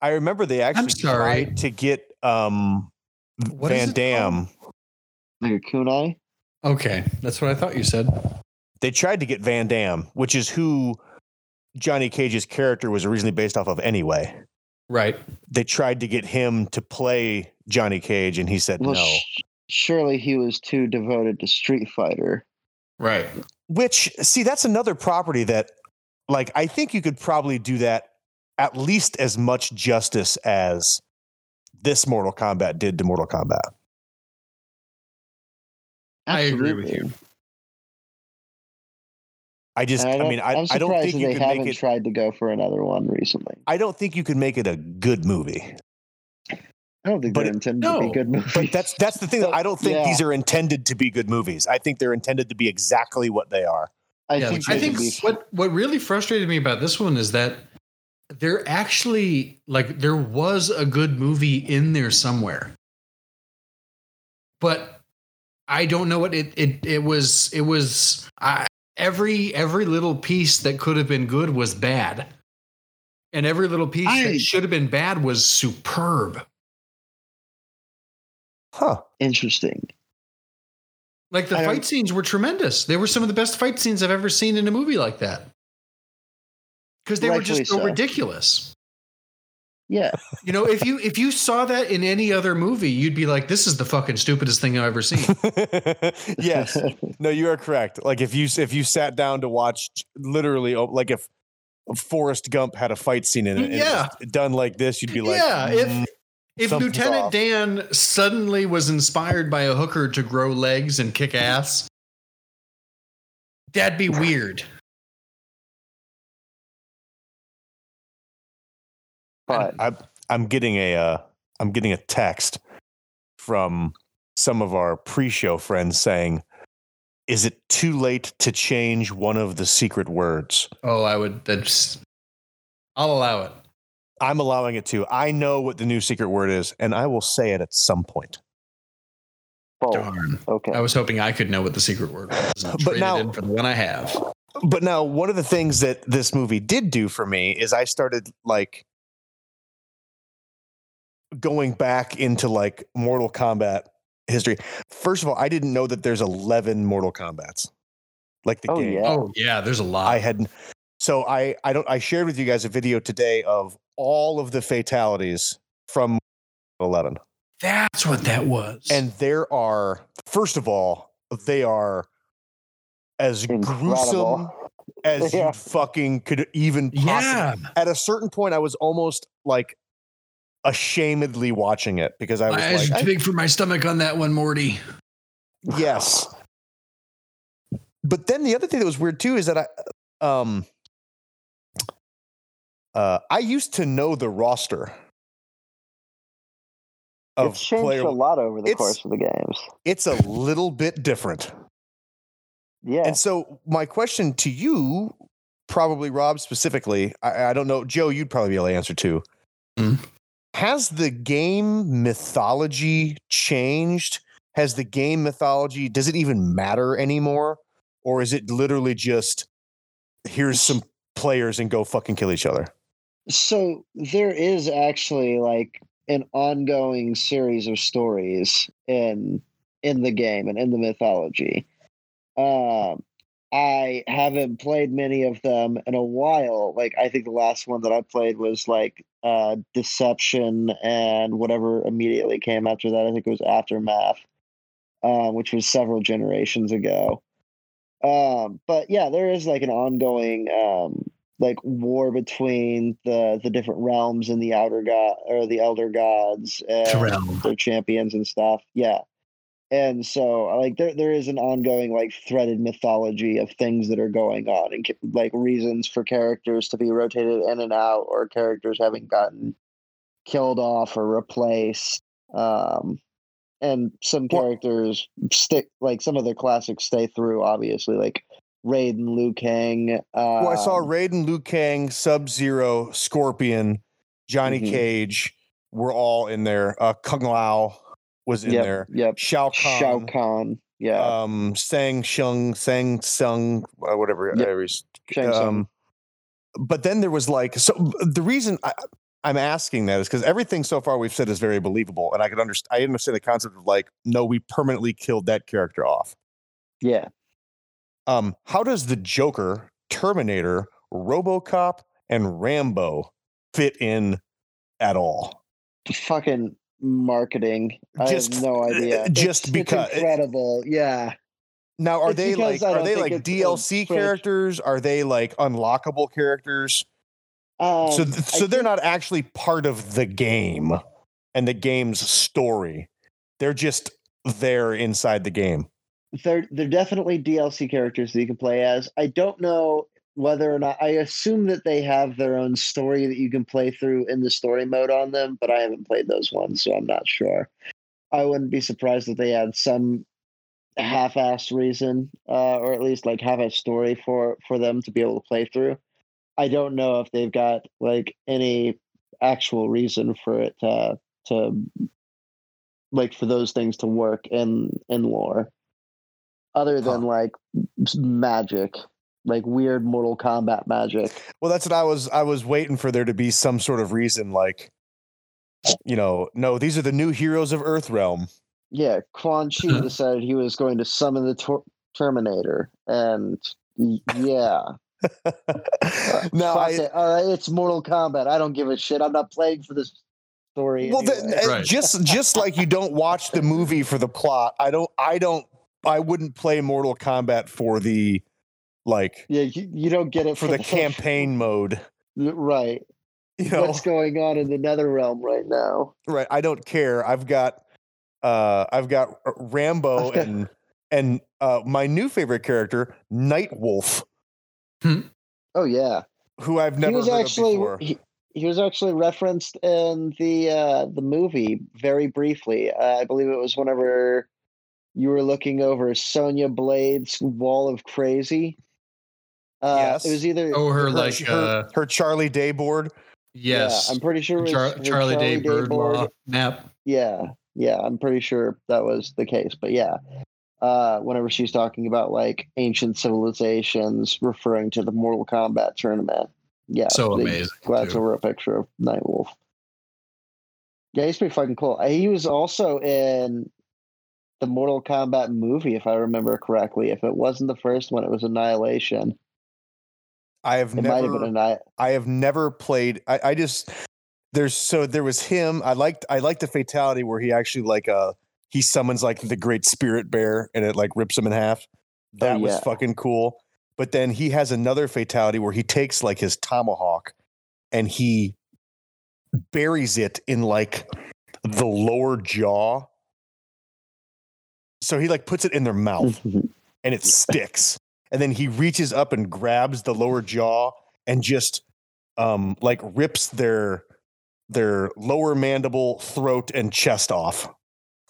I remember they actually sorry. tried to get um What is Van it called? Dam. like a kunai Okay, that's what I thought you said. They tried to get Van Dam, which is who Johnny Cage's character was originally based off of anyway. Right. They tried to get him to play Johnny Cage and he said well no. sh- surely he was too devoted to Street Fighter Right. Which see that's another property that like I think you could probably do that at least as much justice as this Mortal Kombat did to Mortal Kombat. I agree with you. I just, I, mean, I, I don't think you they can haven't make it. tried to go for another one recently I don't think you can make it a good movie. I don't think But they're it- intended to no, be good movies But that's that's the thing. that I don't think Yeah. these are intended to be good movies. I think they're intended to be exactly what they are. I yeah, think I they think could be- what what really frustrated me about this one is that there actually like there was a good movie in there somewhere, but I don't know what it it it was. It was I, every every little piece that could have been good was bad, and every little piece I- that should have been bad was superb. Huh? interesting Like the I don't- fight scenes were tremendous. They were some of the best fight scenes I've ever seen in a movie like that. Because they were Rightfully just so so. ridiculous. yeah You know, if you if you saw that in any other movie, you'd be like, "This is the fucking stupidest thing I've <laughs> ever seen." <laughs> <laughs> yes. <laughs> No, you are correct. Like if you if you sat down to watch literally, oh, like if Forrest Gump had a fight scene in it, and it Yeah. was done like this, you'd be like, yeah, "Mm, if if something's Lieutenant off." Dan suddenly was inspired by a hooker to grow legs and kick ass, that'd be weird. but I'm I'm getting a uh, I'm getting a text from some of our pre-show friends saying, "Is it too late to change one of the secret words?" Oh, I would. That's. I'll allow it. I'm allowing it to. I know what the new secret word is, and I will say it at some point. bold. Darn. okay I was hoping I could know what the secret word was. And I Oh, But traded now- in for the one I have. but now one of the things that this movie did do for me is I started like going back into like Mortal Kombat history. First of all, I didn't know that there's 11 Mortal Kombats. Like the Oh, game. yeah. Oh yeah, there's a lot. I had so I I don't I shared with you guys a video today of all of the fatalities from 11. That's what that was. And there are, first of all, they are as gruesome Incredible. as Yeah. you fucking could even possibly. yeah, At a certain point, I was almost like ashamedly watching it because I my was eyes like, are I- too big for my stomach on that one, Morty. yes. But then the other thing that was weird too is that I, um, uh, I used to know the roster. Of it's changed player, a lot over the It's- course of the games. it's a little bit different. Yeah. And so, my question to you, probably Rob specifically, I, I don't know, Joe, you'd probably be able to answer too. Mm. Has the game mythology changed? Has the game mythology, does it even matter anymore? Or is it literally just here's some players and go fucking kill each other? So there is actually like an ongoing series of stories in in the game and in the mythology. Um, I haven't played many of them in a while. Like I think the last one that I played was like uh, Deception and whatever immediately came after that. I think it was Aftermath, uh, which was several generations ago. Um, but yeah, there is like an ongoing um, like war between the the different realms and the outer god or the elder gods and Realm. their champions and stuff. Yeah. And so like there there is an ongoing like threaded mythology of things that are going on and ca- like reasons for characters to be rotated in and out or characters having gotten killed off or replaced um and some Well- characters stick like some of the classics stay through obviously like Raiden, Liu Kang. Um, well, I saw Raiden, Liu Kang, Sub Zero, Scorpion, Johnny Mhm. Cage were all in there. Uh, Kung Lao was in yep, there. Yep. Shao Kahn. Shao Kahn. Yeah. um sang shung sang sung uh, whatever Yep. whatever he's- Shang Tsung. um, but then there was like so the reason I, i'm asking that is because everything so far we've said is very believable and i could understand i understand the concept of like no we permanently killed that character off yeah. um how does the joker terminator robocop and rambo fit in at all fucking marketing. I Just- uh, have no idea. just It's- because- it's incredible. Yeah. now are It's they because like I are don't they think like it's a dlc switch. characters are they like unlockable characters Um, so th- I so they're think- not actually part of the game and the game's story they're just there inside the game They're they're definitely DLC characters that you can play as. I don't know whether or not I assume that they have their own story that you can play through in the story mode on them, but I haven't played those ones, so I'm not sure. I wouldn't be surprised if they had some half-assed reason, uh, or at least like have a story for for them to be able to play through. I don't know if they've got like any actual reason for it to to like for those things to work in in lore, other than like s- magic, like weird Mortal Kombat magic. well that's what i was i was waiting for there to be some sort of reason like you know no these are the new heroes of earth realm Yeah, Quan Chi Uh-huh. Huh. decided he was going to summon the tor- Terminator, and y- <laughs> yeah, <laughs> now fuck i it. All right, it's Mortal Kombat. I don't give a shit. I'm not playing for this story. well anyway. the, uh, eh, Right. just just like you don't watch the movie for the plot i don't i don't i wouldn't play mortal kombat for the like yeah, you, you don't get it for <laughs> the campaign mode right? you know What's going on in the Nether Realm right now? right i don't care i've got uh i've got R- rambo and and uh my new favorite character night wolf Oh yeah, who i've never he was heard actually of before he, he was actually referenced in the uh, the movie very briefly. Uh, I believe it was whenever you were looking over Sonya Blade's Wall of Crazy. Uh, It Yes. was either Oh, her her, like her, uh, her charlie day board yes, Yeah, I'm pretty sure it was Char- her Charlie Day Charlie Day Bird board. map. Yeah, yeah, I'm pretty sure that was the case. But yeah, uh, whenever she's talking about like ancient civilizations, referring to the Mortal Kombat tournament. Yeah, So they amazing, Glad too. over a picture of Nightwolf. Yeah, he's pretty fucking cool. Uh, He was also in the Mortal Kombat movie, if I remember correctly. If it wasn't the first one, it was Annihilation. I have It might have been never Annihilation. I have never played I, I just there's so there was him. I liked I liked the fatality where he actually like uh he summons like the great spirit bear and it like rips him in half. That was yeah. fucking cool. But then he has another fatality where he takes like his tomahawk and he buries it in like the lower jaw. So he like puts it in their mouth and it sticks. And then he reaches up and grabs the lower jaw and just um like rips their their lower mandible, throat, and chest off. <laughs>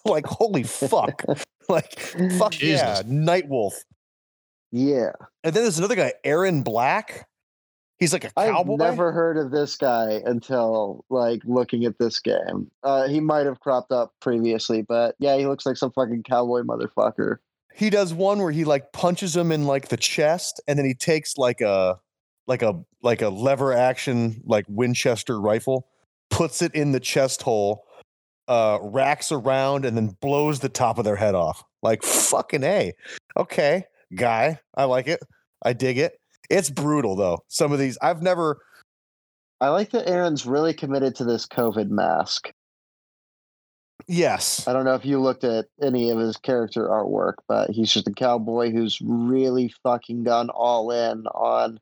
Like <laughs> holy fuck. like fuck yeah, Jesus. Night Wolf. <laughs> yeah, And then there's another guy, Aaron Black. He's like a I've cowboy. never heard of this guy until like looking at this game. Uh, he might have cropped up previously, but yeah, he looks like some fucking cowboy motherfucker. he does one where he like punches him in like the chest and then he takes like a like a like a lever action like winchester rifle puts it in the chest hole uh racks around and then blows the top of their head off like fucking a okay guy i like it i dig it it's brutal though some of these i've never I like that Aaron's really committed to this COVID mask. yes I don't know if you looked at any of his character artwork, but he's just a cowboy who's really fucking gone all in on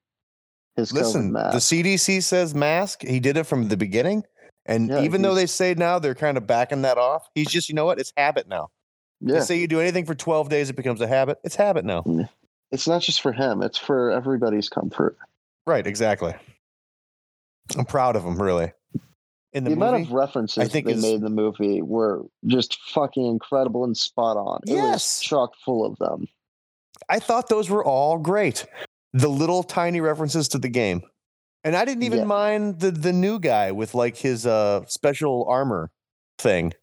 his Listen, COVID the mask. CDC says mask. He did it from the beginning. And Yeah, even though he's- they say now they're kind of backing that off, he's just, you know what? It's habit now. yeah, They say you do anything for 12 days, it becomes a habit. It's habit now. it's not just for him; it's for everybody's comfort. Right, exactly. I'm proud of him, really. In The, the, amount movie, of references I think they is- made in the movie were just fucking incredible and spot on. It was Yes. chock full of them. I thought those were all great. The little tiny references to the game. And I didn't even Yeah. mind the, the new guy with like his uh, special armor thing.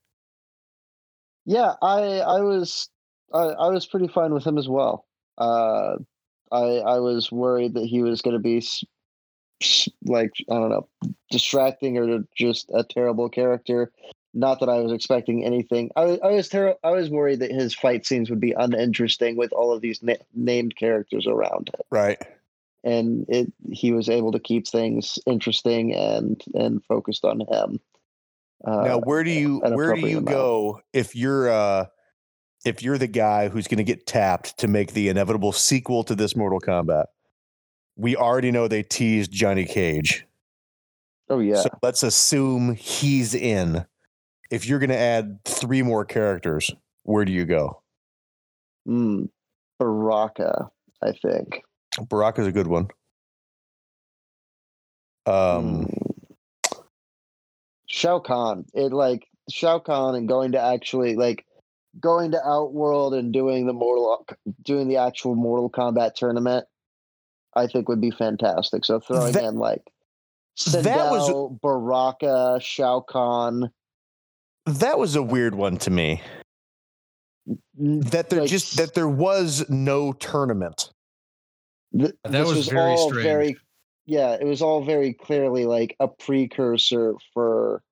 Yeah, I I was I, I was pretty fine with him as well. Uh, I I was worried that he was going to be s- s- like I don't know, distracting or just a terrible character. Not that I was expecting anything. I was I was ter- I was worried that his fight scenes would be uninteresting with all of these na- named characters around him, Right. and it he was able to keep things interesting and and focused on him. Uh, now where do you an where do appropriate you amount. go if you're uh if you're the guy who's going to get tapped to make the inevitable sequel to this mortal kombat we already know they teased johnny cage oh yeah, so let's assume he's in if you're going to add three more characters where do you go Mm, Baraka, I think. Baraka's a good one um Mm. Shao Kahn. It like Shao Kahn and going to actually like going to Outworld and doing the Mortal doing the actual Mortal Kombat tournament. I think would be fantastic. So throwing That- in like Sindel, that was- Baraka, Shao Kahn. Hmm. that was a weird one to me N- that there Like, just that there was no tournament th- That this was very all strange. very yeah it was all very clearly like a precursor for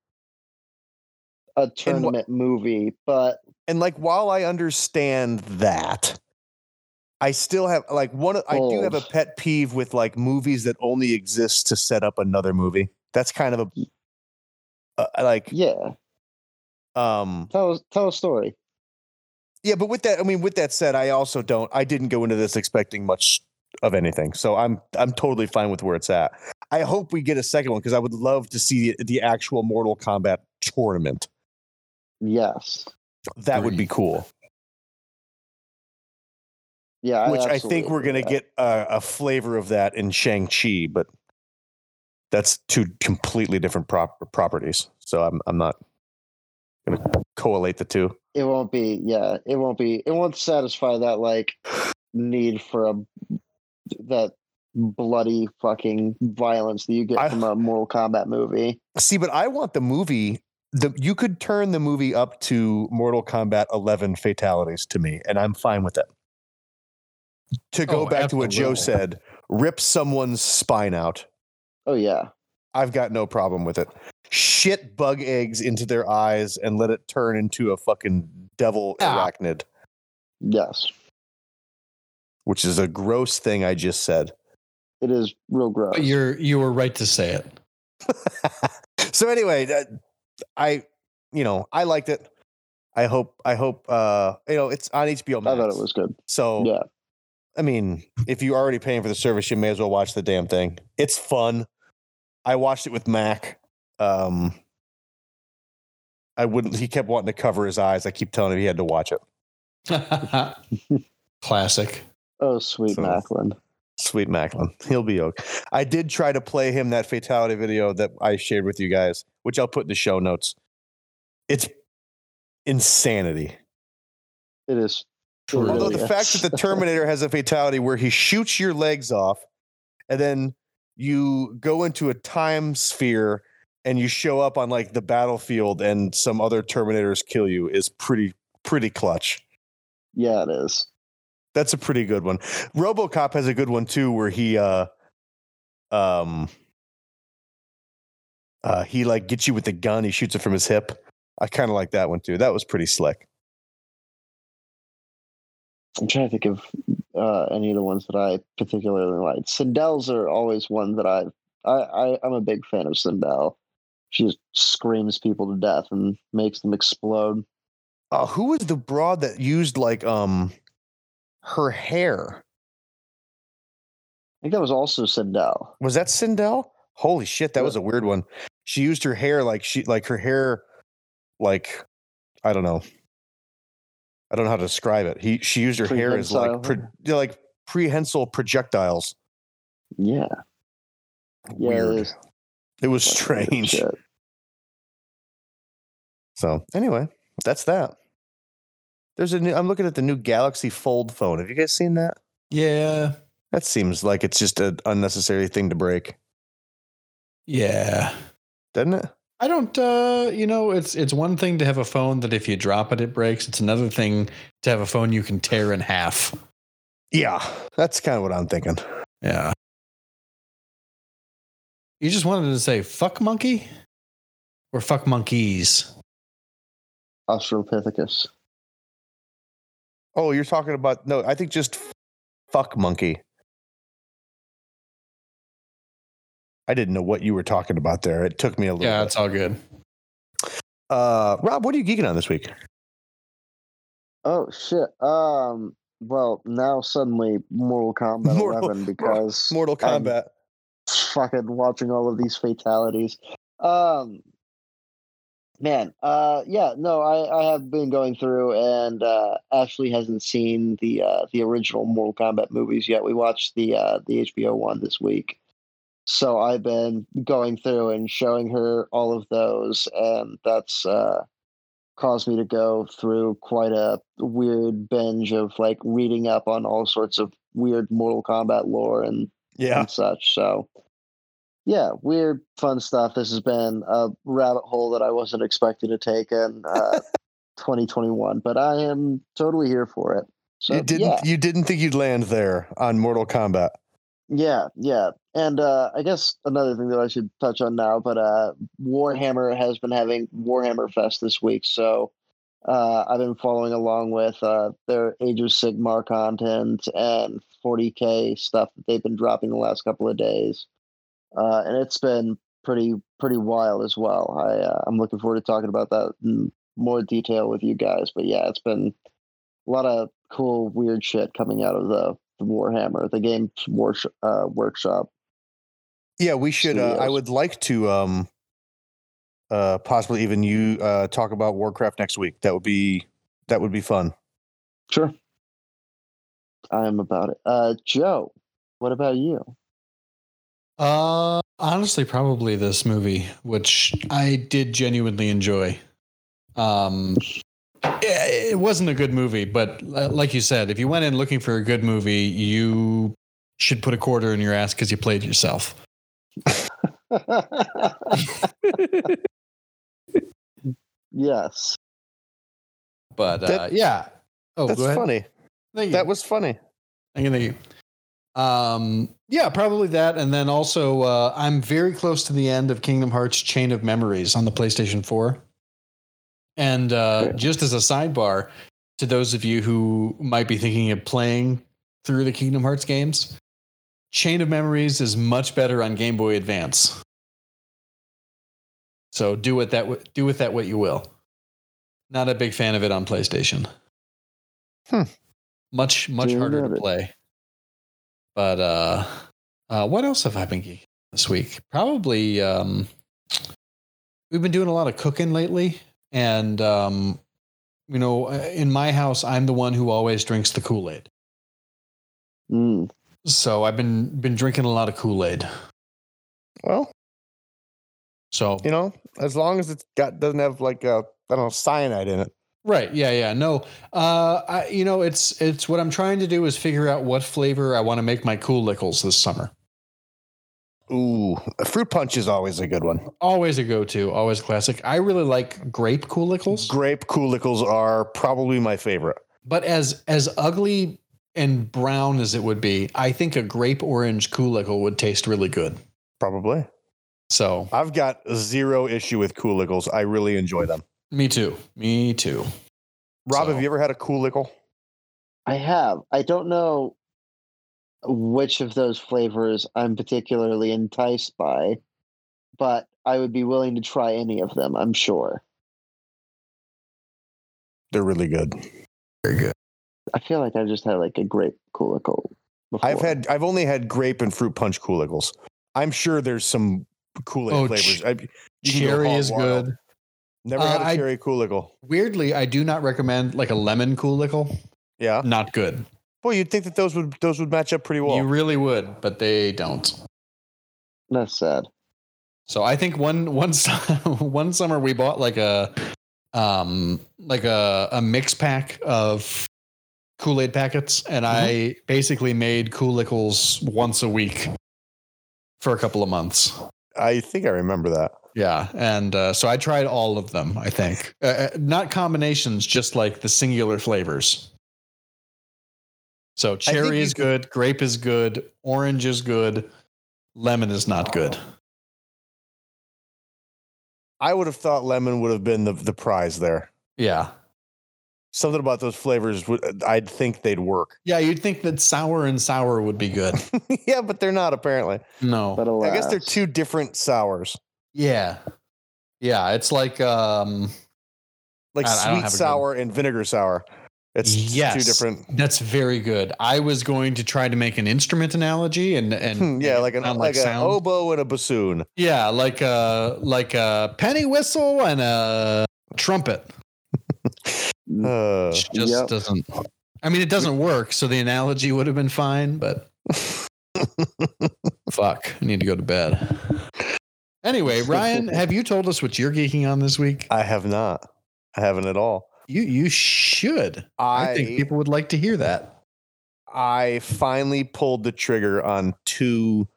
a tournament movie but and like while I understand that, I still have like one. I do have a Old. pet peeve with like movies that only exist to set up another movie. That's kind of a uh, like yeah um tell tell a story yeah. But with that, I mean, with that said, I also don't. I didn't go into this expecting much of anything, so I'm I'm totally fine with where it's at. I hope we get a second one because I would love to see the, the actual Mortal Kombat tournament. yes That would be Agreed. cool. yeah which I think absolutely we're going to agree get a, a flavor of that in Shang Chi, but that's two completely different prop- properties. So I'm I'm not going to collate the two. with that. it won't be yeah it won't be it won't satisfy that like need for a that bloody fucking violence that you get I- from a mortal kombat movie See, but I want the movie the you could turn the movie up to Mortal Kombat 11 fatalities to me, and I'm fine with it. To go Oh, back to what Joe absolutely. said, rip someone's spine out. Oh yeah. I've got no problem with it. Shit bug eggs into their eyes and let it turn into a fucking devil Ah. arachnid, Yes. which is a gross thing I just said. It is real gross. But you're you were right to say it. so anyway, that, I you know, I liked it. I hope I hope uh you know, it's on HBO I Max. thought it was good. So Yeah. I mean, if you're already paying for the service, you may as well watch the damn thing. It's fun. I watched it with Mac. Um, I wouldn't. He kept wanting to cover his eyes. I keep telling him he had to watch it. <laughs> Classic. Oh sweet So- Macklin. Sweet Macklin, he'll be okay. I did try to play him that fatality video that I shared with you guys, which I'll put in the show notes. It's insanity. It is. it Although Although really the is. fact that the Terminator has a fatality where he shoots your legs off, and then you go into a time sphere and you show up on like the battlefield and some other Terminators kill you is pretty pretty clutch. yeah, it is. That's a pretty good one. RoboCop has a good one too, where he uh um uh he like gets you with the gun. He shoots it from his hip. I kind of like that one too. That was pretty slick. I'm trying to think of uh, any of the ones that I particularly liked. Sindel's are always one that I've, I, I I'm a big fan of Sindel. She just screams people to death and makes them explode. uh, who was the broad that used like um her hair? I think that was also Sindel. Was that Sindel? Holy shit, that was a weird one. She used her hair like she like her hair like I don't know. I don't know how to describe it. He she used her hair as like pre, Prehensile? yeah, like prehensile projectiles. Yeah, yeah, Weird. it It, is. was That's kind of <laughs> strange. shit. So anyway, that's that. There's a new I'm looking at the new Galaxy Fold phone. Have you guys seen that? Yeah. That seems like it's just an unnecessary thing to break, Yeah. doesn't it? I don't uh you know, it's it's one thing to have a phone that if you drop it it breaks. It's another thing to have a phone you can tear in half. Yeah, that's kind of what I'm thinking. Yeah. You just wanted to say fuck monkey or fuck monkeys. Australopithecus. Oh, you're talking about no, I think just f- fuck monkey. I didn't know what you were talking about there. It took me a little. Yeah, bit. it's all good. Uh, Rob, what are you geeking on this week? Oh shit. Um. Well, now suddenly Mortal Kombat <laughs> Mortal- 11 because Mortal I'm- Kombat. fucking watching all of these fatalities. Um, man, uh, yeah, no, I, I have been going through, and uh, Ashley hasn't seen the uh, the original Mortal Kombat movies yet. We watched the uh, the HBO one this week, so I've been going through and showing her all of those, and that's uh, caused me to go through quite a weird binge of like reading up on all sorts of weird Mortal Kombat lore and yeah, and such. So, yeah, weird, fun stuff. This has been a rabbit hole that I wasn't expecting to take in <laughs> uh, 2021, but I am totally here for it. So, you didn't. yeah. You didn't think you'd land there on Mortal Kombat. Yeah, yeah. And uh, I guess another thing that I should touch on now, but uh, Warhammer has been having Warhammer Fest this week. So uh, I've been following along with uh, their Age of Sigmar content and 40K stuff that they've been dropping the last couple of days. Uh, and it's been pretty, pretty wild as well. I, uh, I'm looking forward to talking about that in more detail with you guys. But yeah, it's been a lot of cool, weird shit coming out of the, the Warhammer, the game war, uh, workshop. Yeah, we should. Uh, I Studios. would like to um, uh, possibly even you uh, talk about Warcraft next week. That would be that would be fun. Sure. I'm about it. Uh, Joe, what about you? Uh honestly probably this movie which I did genuinely enjoy. Um it it wasn't a good movie, but li- like you said, if you went in looking for a good movie, you should put a quarter in your ass cuz you played yourself. Yes. But uh, That- yeah. Oh, That's go ahead. funny. Thank you. That was funny. Thank you. Thank you. Um, yeah, probably that. And then also, uh, I'm very close to the end of Kingdom Hearts Chain of Memories on the PlayStation 4. And uh, Yeah. just as a sidebar, to those of you who might be thinking of playing through the Kingdom Hearts games, Chain of Memories is much better on Game Boy Advance. So do with that wh- do with that what you will. Not a big fan of it on PlayStation. Hmm. Much much Dear harder to Rabbit. play. But uh, uh, what else have I been geeking this week? Probably um, we've been doing a lot of cooking lately, and um, you know, uh, in my house, I'm the one who always drinks the Kool Aid. Mm. So I've been been drinking a lot of Kool Aid. Well, So you know, as long as it's got doesn't have like uh I don't know cyanide in it. right, yeah, yeah, no, uh, I, you know, it's it's what I'm trying to do is figure out what flavor I want to make my Kool Lickles this summer. Ooh, a fruit punch is always a good one. Always a go to, always classic. I really like grape Kool Lickles. Grape coolicles are probably my favorite. But as as ugly and brown as it would be, I think a grape orange koolickle would taste really good. Probably. So I've got zero issue with coolicles. I really enjoy them. me too. Me too. Rob, So- have you ever had a coolicle? I have. I don't know which of those flavors I'm particularly enticed by, but I would be willing to try any of them, I'm sure. They're really good. I feel like I just had like a grape coolicle before. I've had I've only had grape and fruit punch coolicles. I'm sure there's some Kool-Aid Oh, flavors. ch- I, you can go Cherry hog is wild. good. Never Uh, had a I- cherry coolicle. Weirdly, I do not recommend like a lemon koolickle. Yeah. Not good. Boy, you'd think that those would those would match up pretty well. You really would, but they don't. That's sad. So I think one one <laughs> su- one summer we bought like a um like a a mix pack of Kool Aid packets, and I basically made Koolicles once a week for a couple of months. I think I remember that. Yeah, and uh, so I tried all of them. I think uh, uh, not combinations, just like the singular flavors. So cherry you is good, grape is good, orange is good, lemon is not good. I would have thought lemon would have been the, the prize there. Yeah, Something about those flavors would I'd think they'd work. <laughs> Yeah, you'd think that sour and sour would be good. yeah, but they're not apparently. No. But alas, I guess they're two different sours. Yeah. Yeah, it's like um Like I- I don't sweet have a good- sour and vinegar sour. It's Yes. two different. that's very good. I was going to try to make an instrument analogy and and Hmm, yeah, and like an sound like, an sound. oboe and a bassoon. Yeah, like a like a penny whistle and a trumpet. Uh, Which just Yep. doesn't I mean it doesn't work, so the analogy would have been <laughs> fine, but fuck, I need to go to bed. <laughs> Anyway, Ryan, have you told us what you're geeking on this week? I have not. I haven't at all. You you should. I, I think people would like to hear that. I finally pulled the trigger on two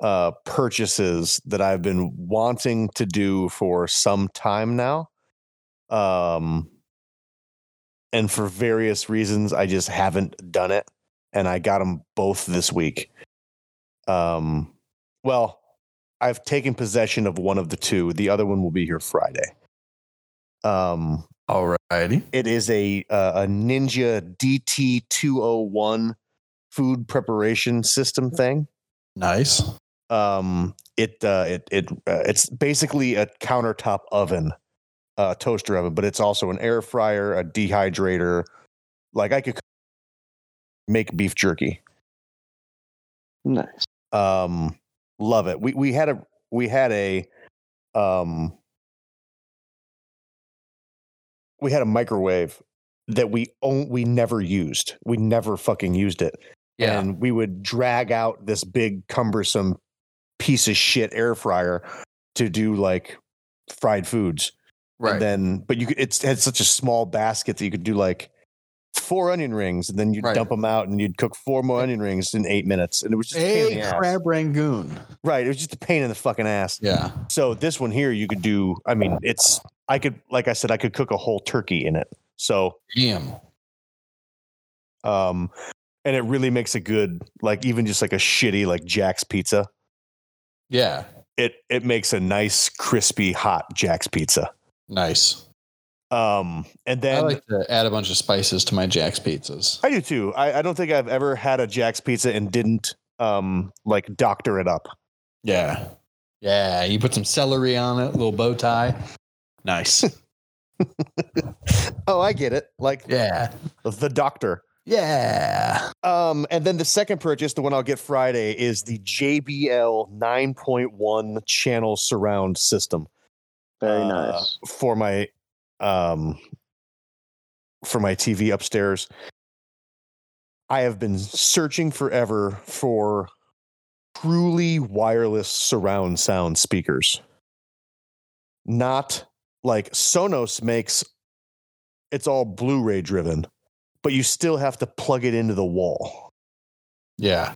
uh purchases that I've been wanting to do for some time now. Um and for various reasons I just haven't done it and I got them both this week. Um well, I've taken possession of one of the two. The other one will be here Friday. Um All righty. it is a uh, a Ninja DT201 food preparation system thing. Nice. Um, it uh, it it uh, it's basically a countertop oven, uh, toaster oven, but it's also an air fryer, a dehydrator. Like I could make beef jerky. nice. Um, love it. We we had a we had a um we had a microwave that we own we never used. We never fucking used it. And we would drag out this big cumbersome piece of shit air fryer to do like fried foods. right. And then but you could it's it had such a small basket that you could do like four onion rings and then you'd Right. dump them out and you'd cook four more onion rings in eight minutes. And it was just a pain in hey, the ass. crab rangoon. Right. It was just a pain in the fucking ass. Yeah. So this one here, you could do. I mean, it's I could, like I said, I could cook a whole turkey in it. So, Damn. um, and it really makes a good, like even just like a shitty like Jack's pizza. Yeah. It it makes a nice crispy hot Jack's pizza. Nice. Um, and then I like to add a bunch of spices to my Jack's pizzas. I do too. I, I don't think I've ever had a Jack's pizza and didn't um like doctor it up. Yeah. Yeah. You put some celery on it, a little bow tie. Nice. Oh, I get it. Like <laughs> yeah. the doctor. Yeah. Um, and then the second purchase, the one I'll get Friday, is the JBL 9.1 channel surround system Very Uh, nice. for my um for my TV upstairs. I have been searching forever for truly wireless surround sound speakers. Not like Sonos makes it's all Blu-ray driven, but you still have to plug it into the wall. Yeah.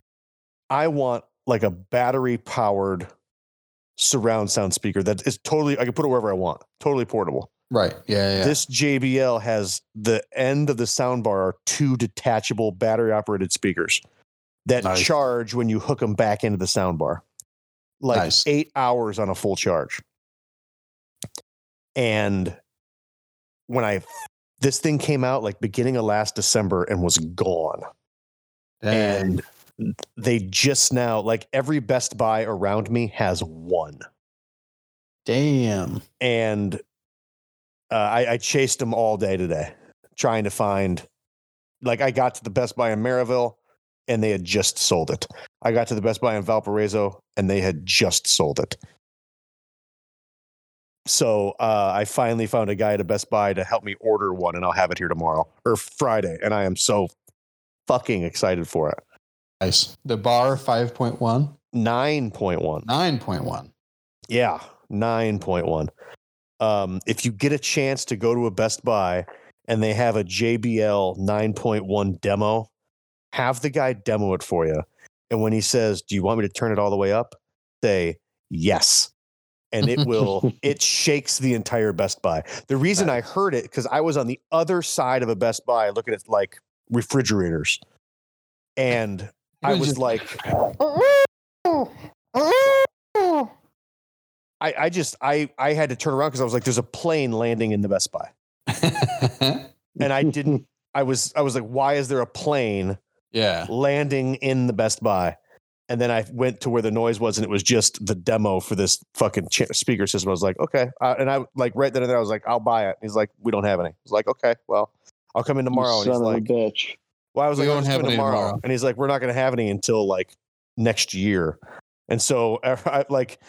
I want like a battery powered surround sound speaker that is totally I can put it wherever I want, totally portable. Right. Yeah. Yeah. This JBL has the end of the sound bar are two detachable battery operated speakers that Nice. charge when you hook them back into the sound bar. Like Nice. 8 hours on a full charge. And when I this thing came out like beginning of last December and was gone Dang. and they just now like every best buy around me has one damn. and uh, I, I chased them all day today trying to find like i got to the best buy in maryville and they had just sold it i got to the best buy in valparaiso and they had just sold it so uh, i finally found a guy at a best buy to help me order one and i'll have it here tomorrow or friday and i am so fucking excited for it Nice. The bar 5.1, 9.1 9.1. Yeah, 9.1. Um, if you get a chance to go to a Best Buy and they have a JBL 9.1 demo, have the guy demo it for you. And when he says, Do you want me to turn it all the way up? Say, Yes. And it will, it shakes the entire Best Buy. The reason I heard it, because I was on the other side of a Best Buy looking at like refrigerators. And I was like, I, I just I I had to turn around because I was like, there's a plane landing in the Best Buy. And <laughs> I didn't I was I was like, why is there a plane <laughs> yeah. landing in the Best Buy? And then I went to where the noise was, and it was just the demo for this fucking cha- speaker system. I was like, okay, uh, and I like right then and there, I was like, I'll buy it. He's like, we don't have any. I was like, okay, well, I'll come in tomorrow. You And he's son of like, a bitch. well, I was We like, I'll don't just have come in any tomorrow. tomorrow. and he's like, we're not going to have any until like next year. And so, <laughs> I, <laughs> like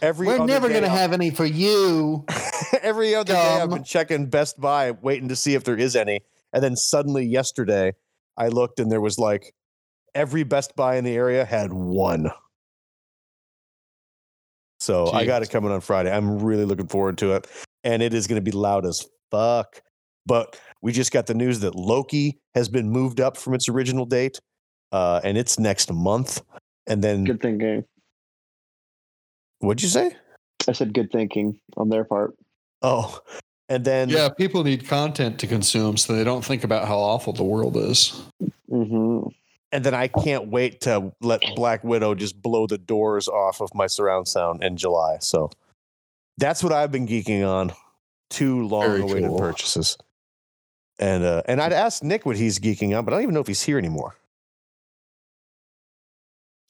every We're other never day, going to I'll- have any for you. <laughs> every other day I've Dumb. been checking Best Buy, waiting to see if there is any. And then suddenly yesterday, I looked and there was like every Best Buy in the area had one. So I got Jeez. it coming on Friday. I'm really looking forward to it. And it is going to be loud as fuck. But we just got the news that Loki has been moved up from its original date uh, and it's next month. And then, Good thinking. what'd you say? I said good thinking on their part. Oh, and then, Yeah. People need content to consume so they don't think about how awful the world is. Mm-hmm. and then I can't wait to let Black Widow just blow the doors off of my surround sound in July. So that's what I've been geeking on. Two long-awaited cool. purchases, and uh, and I'd ask Nick what he's geeking on, but I don't even know if he's here anymore.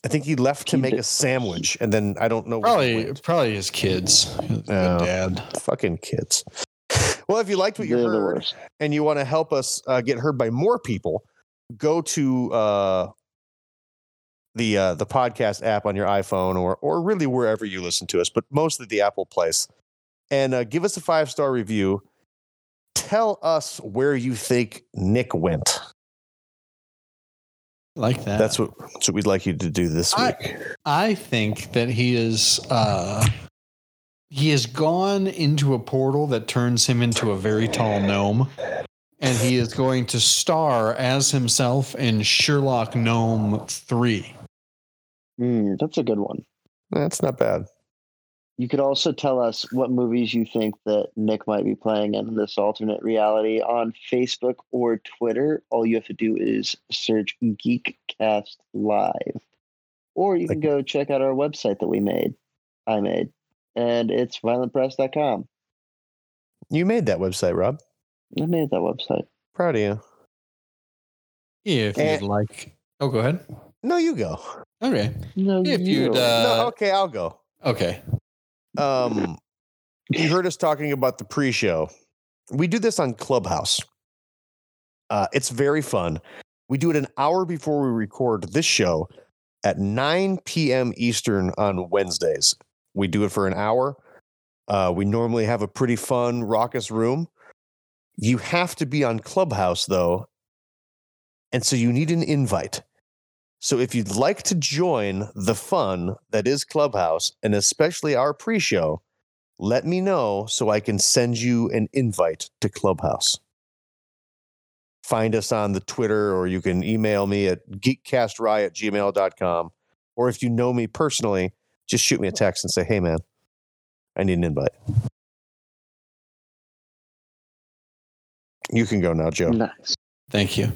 I think he left to He make did- a sandwich, and then I don't know. where he Probably, went. probably his kids. His good Yeah. dad. fucking kids. <laughs> Well, if you liked what you They're the heard, worst. and you want to help us uh, get heard by more people, go to uh, the uh, the podcast app on your iPhone or or really wherever you listen to us, but mostly the Apple place, and uh, give us a five star review. Tell us where you think Nick went. Like that. That's what, that's what we'd like you to do this Uh, I- week. I think that he is uh he has gone into a portal that turns him into a very tall gnome. And he is going to star as himself in Sherlock Gnome 3. Mm, that's a good one. That's not bad. You could also tell us what movies you think that Nick might be playing in this alternate reality on Facebook or Twitter. All you have to do is search Geekcast Live. Or you can go check out our website that we made, I made, and it's violentpress.com. You made that website, Rob. I made that website. Proud of you. If Eh. you'd like. Oh, go ahead. No, you go. Okay. No, If you'd. no, Uh, okay, I'll go. okay. Um, you heard us talking about the pre-show. We do this on Clubhouse. Uh, it's very fun. We do it an hour before we record this show at 9 p.m. Eastern on Wednesdays. We do it for an hour. Uh, we normally have a pretty fun, raucous room. You have to be on Clubhouse though, and so you need an invite. So if you'd like to join the fun that is Clubhouse and especially our pre show, let me know so I can send you an invite to Clubhouse. Find us on the Twitter or you can email me at geekcastry at gmail.com. Or if you know me personally, just shoot me a text and say, hey, man, I need an invite. You can go now, Joe. Nice. Thank you.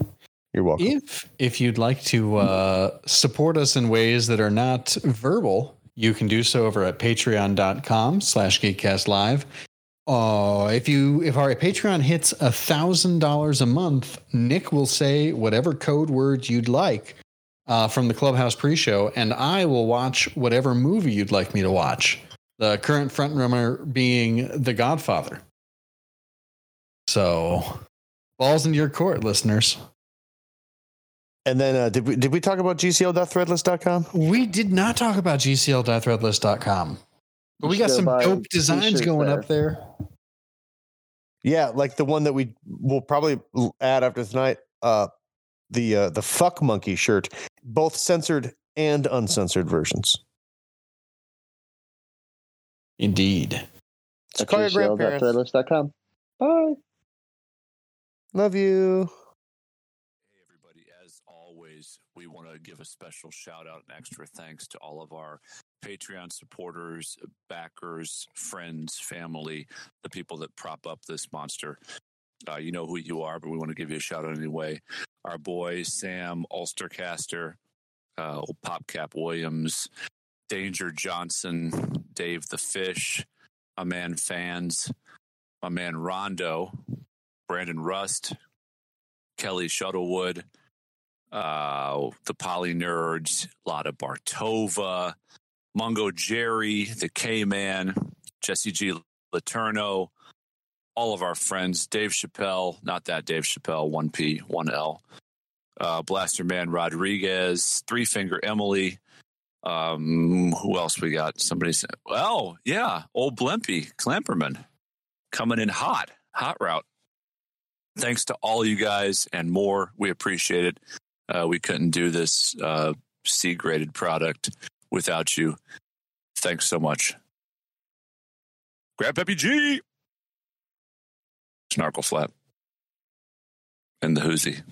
You're welcome. If if you'd like to uh, support us in ways that are not verbal, you can do so over at patreon.com slash geekcast live. Uh, if you if our Patreon hits a thousand dollars a month, Nick will say whatever code word you'd like uh, from the Clubhouse pre-show, and I will watch whatever movie you'd like me to watch. The current frontrunner being The Godfather. So, balls into your court, listeners. And then uh, did, we, did we talk about gcl.threadless.com? We did not talk about GCL.threadless.com. But we You should got go some buy dope designs t-shirts going there. up there. Yeah, like the one that we will probably l- add after tonight. Uh, the uh, the fuck monkey shirt, both censored and uncensored versions. Indeed. So call your grandparents. GCL.threadless.com. Bye. Love you. Hey, everybody. As always, we want to give a special shout out and extra thanks to all of our Patreon supporters, backers, friends, family, the people that prop up this monster. Uh, you know who you are, but we want to give you a shout out anyway. Our boy, Sam Ulstercaster, uh, old Popcap Williams, Danger Johnson, Dave the Fish, my man Fans, my man Rondo, Brandon Rust, Kelly Shuttlewood, uh, the Poly Nerds, Lotta Bartova, Mungo Jerry, the K Man, Jesse G. Laterno, all of our friends, Dave Chappelle, not that Dave Chappelle, 1P, 1L, uh, Blaster Man Rodriguez, Three Finger Emily. Um, who else we got? Somebody said, oh, yeah, old Blimpy Clamperman coming in hot, hot route thanks to all you guys and more. We appreciate it. Uh, we couldn't do this uh, C graded product without you. Thanks so much. Grab Peppy G. Snarkle flap. And the hoozy.